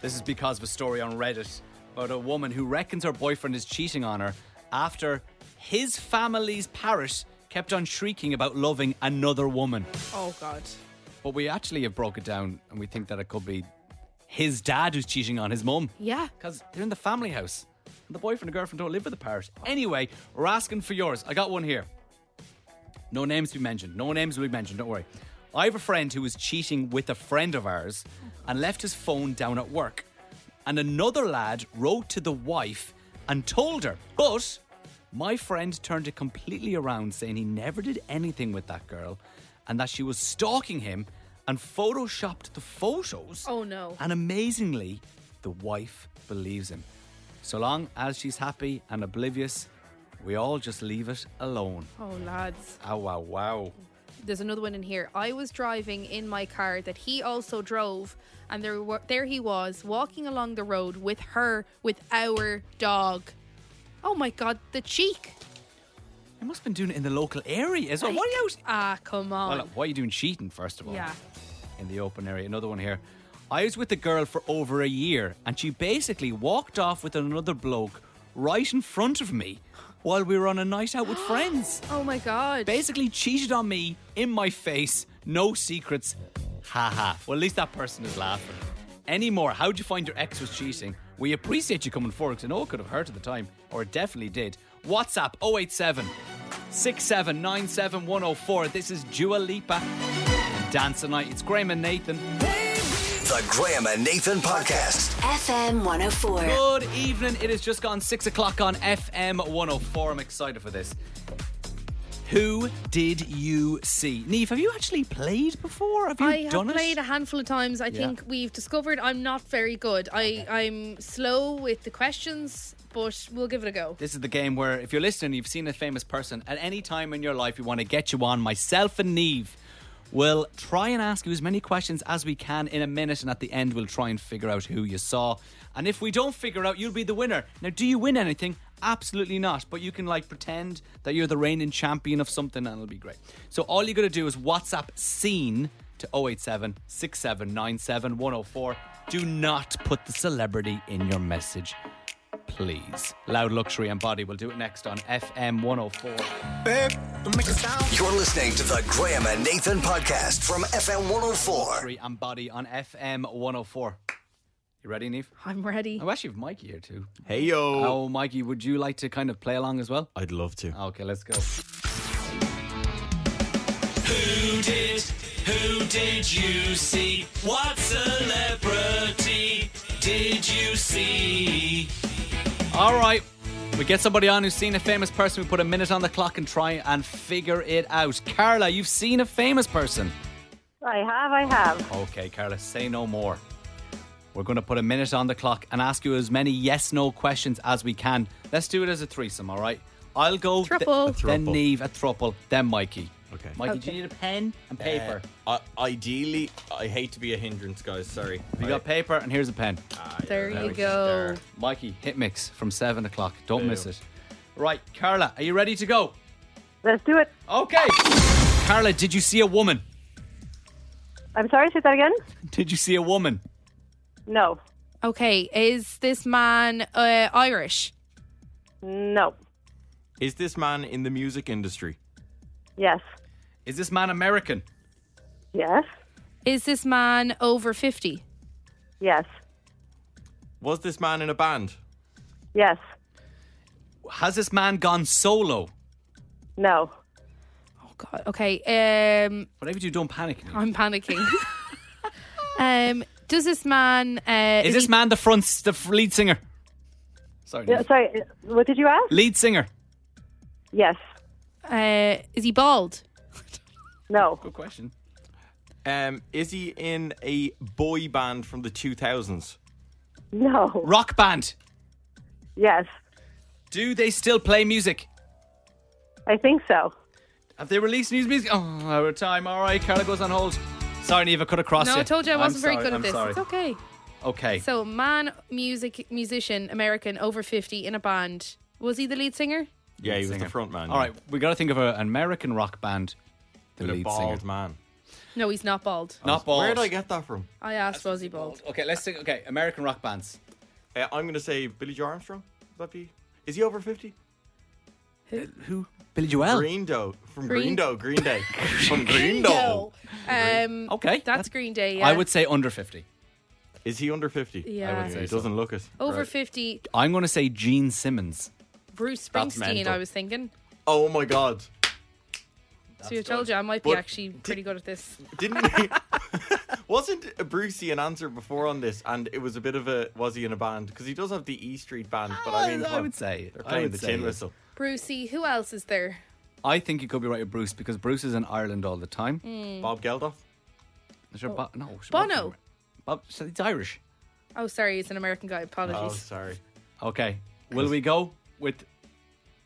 Speaker 1: This is because of a story on Reddit about a woman who reckons her boyfriend is cheating on her after his family's parrot kept on shrieking about loving another woman.
Speaker 2: Oh god.
Speaker 1: But we actually have broke it down and we think that it could be his dad who's cheating on his mum.
Speaker 2: Yeah.
Speaker 1: Because they're in the family house. And the boyfriend and girlfriend don't live with the parrot. Anyway, we're asking for yours. I got one here. No names to be mentioned. No names will be mentioned. Don't worry. I have a friend who was cheating with a friend of ours and left his phone down at work. And another lad wrote to the wife and told her. But my friend turned it completely around, saying he never did anything with that girl and that she was stalking him and photoshopped the photos.
Speaker 2: Oh no.
Speaker 1: And amazingly, the wife believes him. So long as she's happy and oblivious, we all just leave it alone.
Speaker 2: Oh lads.
Speaker 1: Ow, wow, wow.
Speaker 2: There's another one in here. I was driving in my car that he also drove, and there were, there he was walking along the road with her with our dog. Oh my god, the cheek!
Speaker 1: He must have been doing it in the local area as well. What are you?
Speaker 2: Ah, come on.
Speaker 1: Well, uh, look, why are you doing cheating, first of all?
Speaker 2: yeah.
Speaker 1: In the open area. Another one here. I was with a girl for over a year, and she basically walked off with another bloke right in front of me while we were on a night out with friends.
Speaker 2: Oh my god.
Speaker 1: Basically cheated on me in my face. No secrets. Ha ha. Well, at least that person is laughing. Anymore, how'd you find your ex was cheating? We appreciate you coming forward 'cause I know it could have hurt at the time, or it definitely did. WhatsApp 087 6797104. This is Dua Lipa. And Dance Tonight. It's Graham and Nathan.
Speaker 6: The Graham and Nathan Podcast.
Speaker 7: FM 104.
Speaker 1: Good evening. It has just gone six o'clock on FM 104. I'm excited for this. Who did you see? Neve, have you actually played before? Have you
Speaker 2: I have
Speaker 1: done it?
Speaker 2: played a handful of times. I
Speaker 1: Yeah.
Speaker 2: think we've discovered I'm not very good. I, I'm slow with the questions, but we'll give it a go.
Speaker 1: This is the game where if you're listening, you've seen a famous person at any time in your life, we want to get you on. Myself and Neve will try and ask you as many questions as we can in a minute, and at the end, we'll try and figure out who you saw. And if we don't figure out, you'll be the winner. Now, do you win anything? Absolutely not. But you can like pretend that you're the reigning champion of something, and it'll be great. So all you got to do is WhatsApp scene to 087 6797 104. Do not put the celebrity in your message please. Loud Luxury and Body will do it next on FM 104.
Speaker 6: You're listening to the Graham and Nathan Podcast from FM 104.
Speaker 1: Luxury and Body on FM 104. You ready, Neve?
Speaker 2: I'm ready.
Speaker 1: Oh, actually, we have Mikey here too.
Speaker 3: Hey yo. Ah,
Speaker 1: Oh, Mikey, would you like to kind of play along as well?
Speaker 3: I'd love to.
Speaker 1: Okay, let's go.
Speaker 14: Who did, who did you see? What celebrity did you see?
Speaker 1: All right, We get somebody on who's seen a famous person. We put a minute on the clock and try and figure it out. Carla, you've seen a famous person.
Speaker 18: I have, I have.
Speaker 1: Okay, Carla, say no more. We're going to put a minute on the clock and ask you as many yes no questions as we can. Let's do it as a threesome, all right? I'll go th-
Speaker 2: Thruple. A
Speaker 1: then
Speaker 2: thruple.
Speaker 1: Neve, a thruple, then Mikey.
Speaker 3: Okay.
Speaker 1: Mikey, do you need a pen and paper?
Speaker 3: Uh, I- ideally, I hate to be a hindrance, guys. Sorry.
Speaker 1: We got paper and here's a pen.
Speaker 2: There you go.
Speaker 1: Mikey, hit mix from seven o'clock. Don't miss it. Right, Carla, are you ready to go?
Speaker 18: Let's do it.
Speaker 1: Okay. Carla, did you see a woman?
Speaker 18: I'm sorry, say that again?
Speaker 1: Did you see a woman?
Speaker 18: No.
Speaker 2: Okay, is this man uh, Irish?
Speaker 18: No.
Speaker 3: Is this man in the music industry?
Speaker 18: Yes.
Speaker 1: Is this man American?
Speaker 18: Yes.
Speaker 2: Is this man over 50?
Speaker 18: Yes.
Speaker 3: Was this man in a band?
Speaker 18: Yes.
Speaker 1: Has this man gone solo?
Speaker 18: No.
Speaker 1: Oh,
Speaker 2: God, okay. Um,
Speaker 1: Whatever you do, don't panic.
Speaker 2: I'm panicking. um, does this man. Uh,
Speaker 1: Is this
Speaker 2: he-
Speaker 1: man the front, the f- lead singer? Sorry.
Speaker 18: Yeah,
Speaker 1: Niamh.
Speaker 18: sorry, what did you ask?
Speaker 1: Lead singer.
Speaker 18: Yes.
Speaker 2: Uh, is he bald?
Speaker 18: No.
Speaker 1: Good question.
Speaker 3: Um, is he in a boy band from the 2000s?
Speaker 18: No.
Speaker 1: Rock band.
Speaker 18: Yes.
Speaker 1: Do they still play music?
Speaker 18: I think so.
Speaker 1: Have they released new music? Oh, our time. All right, Carla goes on hold. Sorry, Neva, could have crossed
Speaker 2: no,
Speaker 1: you.
Speaker 2: I told you I
Speaker 1: I'm
Speaker 2: wasn't very
Speaker 1: sorry,
Speaker 2: good at
Speaker 1: I'm
Speaker 2: this.
Speaker 1: sorry.
Speaker 2: It's okay.
Speaker 1: Okay.
Speaker 2: So, man, music, musician, American, over 50, in a band. Was he the lead singer?
Speaker 3: Yeah, he was the front man.
Speaker 1: All right, we got to think of a, an American rock band. The
Speaker 3: With a
Speaker 1: lead
Speaker 3: bald
Speaker 1: singer.
Speaker 3: man.
Speaker 2: No, he's not bald.
Speaker 1: Not bald.
Speaker 3: Where did I get that from?
Speaker 2: I asked, was he bald?
Speaker 1: Okay, let's think. Okay, American rock bands.
Speaker 3: Uh, I'm going to say Billy Joe Armstrong. Would that be? Is he over 50?
Speaker 1: Uh, Who? Billy Joel.
Speaker 3: Green Doe. From
Speaker 2: Green-
Speaker 3: Green Doe. Green Day. from Green Doe.
Speaker 2: Um,
Speaker 1: Okay.
Speaker 2: That's Green Day, yeah.
Speaker 1: I would say under 50.
Speaker 3: Is he under 50?
Speaker 2: Yeah. I would say
Speaker 3: He
Speaker 1: so.
Speaker 3: doesn't look it.
Speaker 2: Over
Speaker 3: Right.
Speaker 2: 50,
Speaker 1: I'm going to say Gene Simmons.
Speaker 2: Bruce
Speaker 3: That's
Speaker 2: Springsteen,
Speaker 3: mental.
Speaker 2: I was thinking.
Speaker 3: Oh my god.
Speaker 2: so, I told you I might be
Speaker 3: But
Speaker 2: actually pretty good at this.
Speaker 3: Didn't he? Wasn't Brucey an answer before on this? And it was a bit of a was he in a band? Because he does have the E Street band, but I mean,
Speaker 1: Oh, I
Speaker 3: come on,
Speaker 1: would say-
Speaker 3: they're
Speaker 1: I
Speaker 3: playing
Speaker 1: would
Speaker 3: the
Speaker 1: say
Speaker 3: tin
Speaker 1: yes.
Speaker 3: whistle.
Speaker 2: Brucey, who else is there?
Speaker 1: I think you could be right with Bruce because Bruce is in Ireland all the time.
Speaker 2: Mm. Oh.
Speaker 3: Bob Geldof.
Speaker 1: Is there Bo- no, is there Bob
Speaker 2: Bono.
Speaker 1: from- Bob, so it's Irish.
Speaker 2: Oh, sorry, he's an American guy. Apologies.
Speaker 3: sorry.
Speaker 1: Okay. Will we go with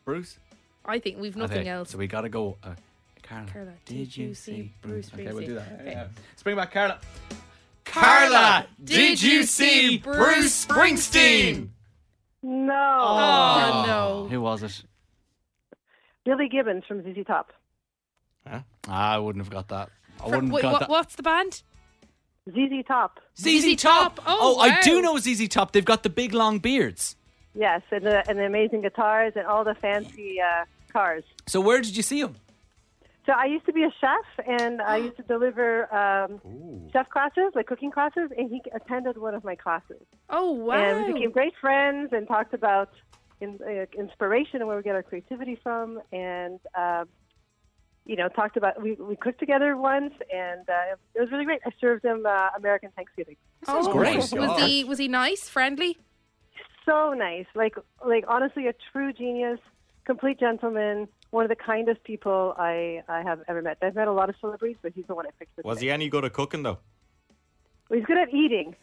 Speaker 1: Bruce?
Speaker 2: I think we've nothing
Speaker 1: Okay,
Speaker 2: else.
Speaker 1: So Oh. we got to go. Uh, Carla.
Speaker 2: Carla, did you see Bruce
Speaker 1: Mm, Okay, we'll
Speaker 2: Springsteen?
Speaker 1: do that.
Speaker 2: Okay.
Speaker 1: Yeah. Let's bring back Carla.
Speaker 2: Carla, did you see Bruce Springsteen?
Speaker 18: No.
Speaker 2: Oh,
Speaker 1: Who was it?
Speaker 18: Billy Gibbons from ZZ Top.
Speaker 1: Ah, I wouldn't have got that. I
Speaker 2: Fr-
Speaker 1: wouldn't
Speaker 2: wait,
Speaker 1: have got
Speaker 2: what-
Speaker 1: that.
Speaker 2: what's the band?
Speaker 18: ZZ Top.
Speaker 1: ZZ Top. Oh, I do know ZZ Top. They've got the big long beards.
Speaker 18: Yes, and the, and the amazing guitars and all the fancy uh, cars.
Speaker 1: So where did you see them?
Speaker 18: So I used to be a chef, and
Speaker 13: Oh.
Speaker 18: I used to deliver um, chef classes, like cooking classes, and he attended one of my classes.
Speaker 2: Oh wow!
Speaker 18: And we became great friends and talked about in, uh, inspiration and where we get our creativity from. And, um, you know, talked about, we, we cooked together once and uh, it was really great. I served him uh, American Thanksgiving.
Speaker 2: oh,
Speaker 1: great.
Speaker 2: Was he was he nice, friendly?
Speaker 18: So nice. Like, like honestly, a true genius, complete gentleman, one of the kindest people I, I have ever met. I've met a lot of celebrities, but he's the one I picked.
Speaker 3: Was he any good at cooking though?
Speaker 18: Well, he's good at eating.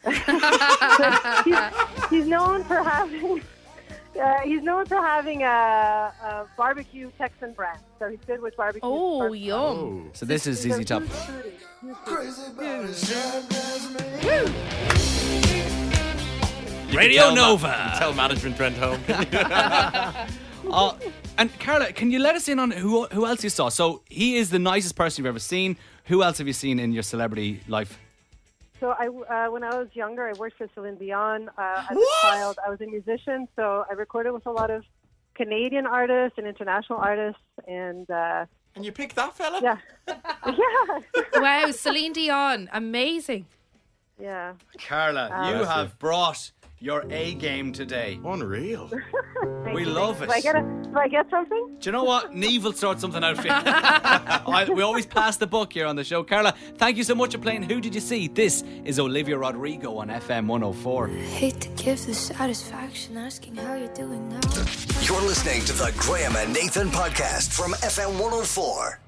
Speaker 18: he's, he's known for having. Uh, he's known for having a, a barbecue Texan brand, so he's good with barbecue.
Speaker 2: Oh, yum!
Speaker 1: So this is ZZ Top. Radio Nova.
Speaker 3: tell management went home.
Speaker 1: Uh, and Carla, can you let us in on who who else you saw? So he is the nicest person you've ever seen. Who else have you seen in your celebrity life?
Speaker 18: So I, uh, when I was younger, I worked for Celine Dion. Uh, as a child, I was a musician, so I recorded with a lot of Canadian artists and international artists, and uh,
Speaker 3: and you picked that fella.
Speaker 18: Yeah, yeah,
Speaker 2: wow, Celine Dion, amazing.
Speaker 18: yeah.
Speaker 1: Carla,
Speaker 18: Um,
Speaker 1: you
Speaker 18: Bless
Speaker 1: have brought Your A game today. Unreal. we
Speaker 19: Thank you.
Speaker 1: love it.
Speaker 19: Do I get, a, do I get something?
Speaker 1: Do you know what? Neve will sort something out for you. I- we always pass the buck here on the show. Carla, thank you so much for playing Who Did You See? This is Olivia Rodrigo on FM 104.
Speaker 7: Hate to give the satisfaction asking how you're doing now.
Speaker 6: oh You're listening to the Graham and Nathan podcast from FM 104.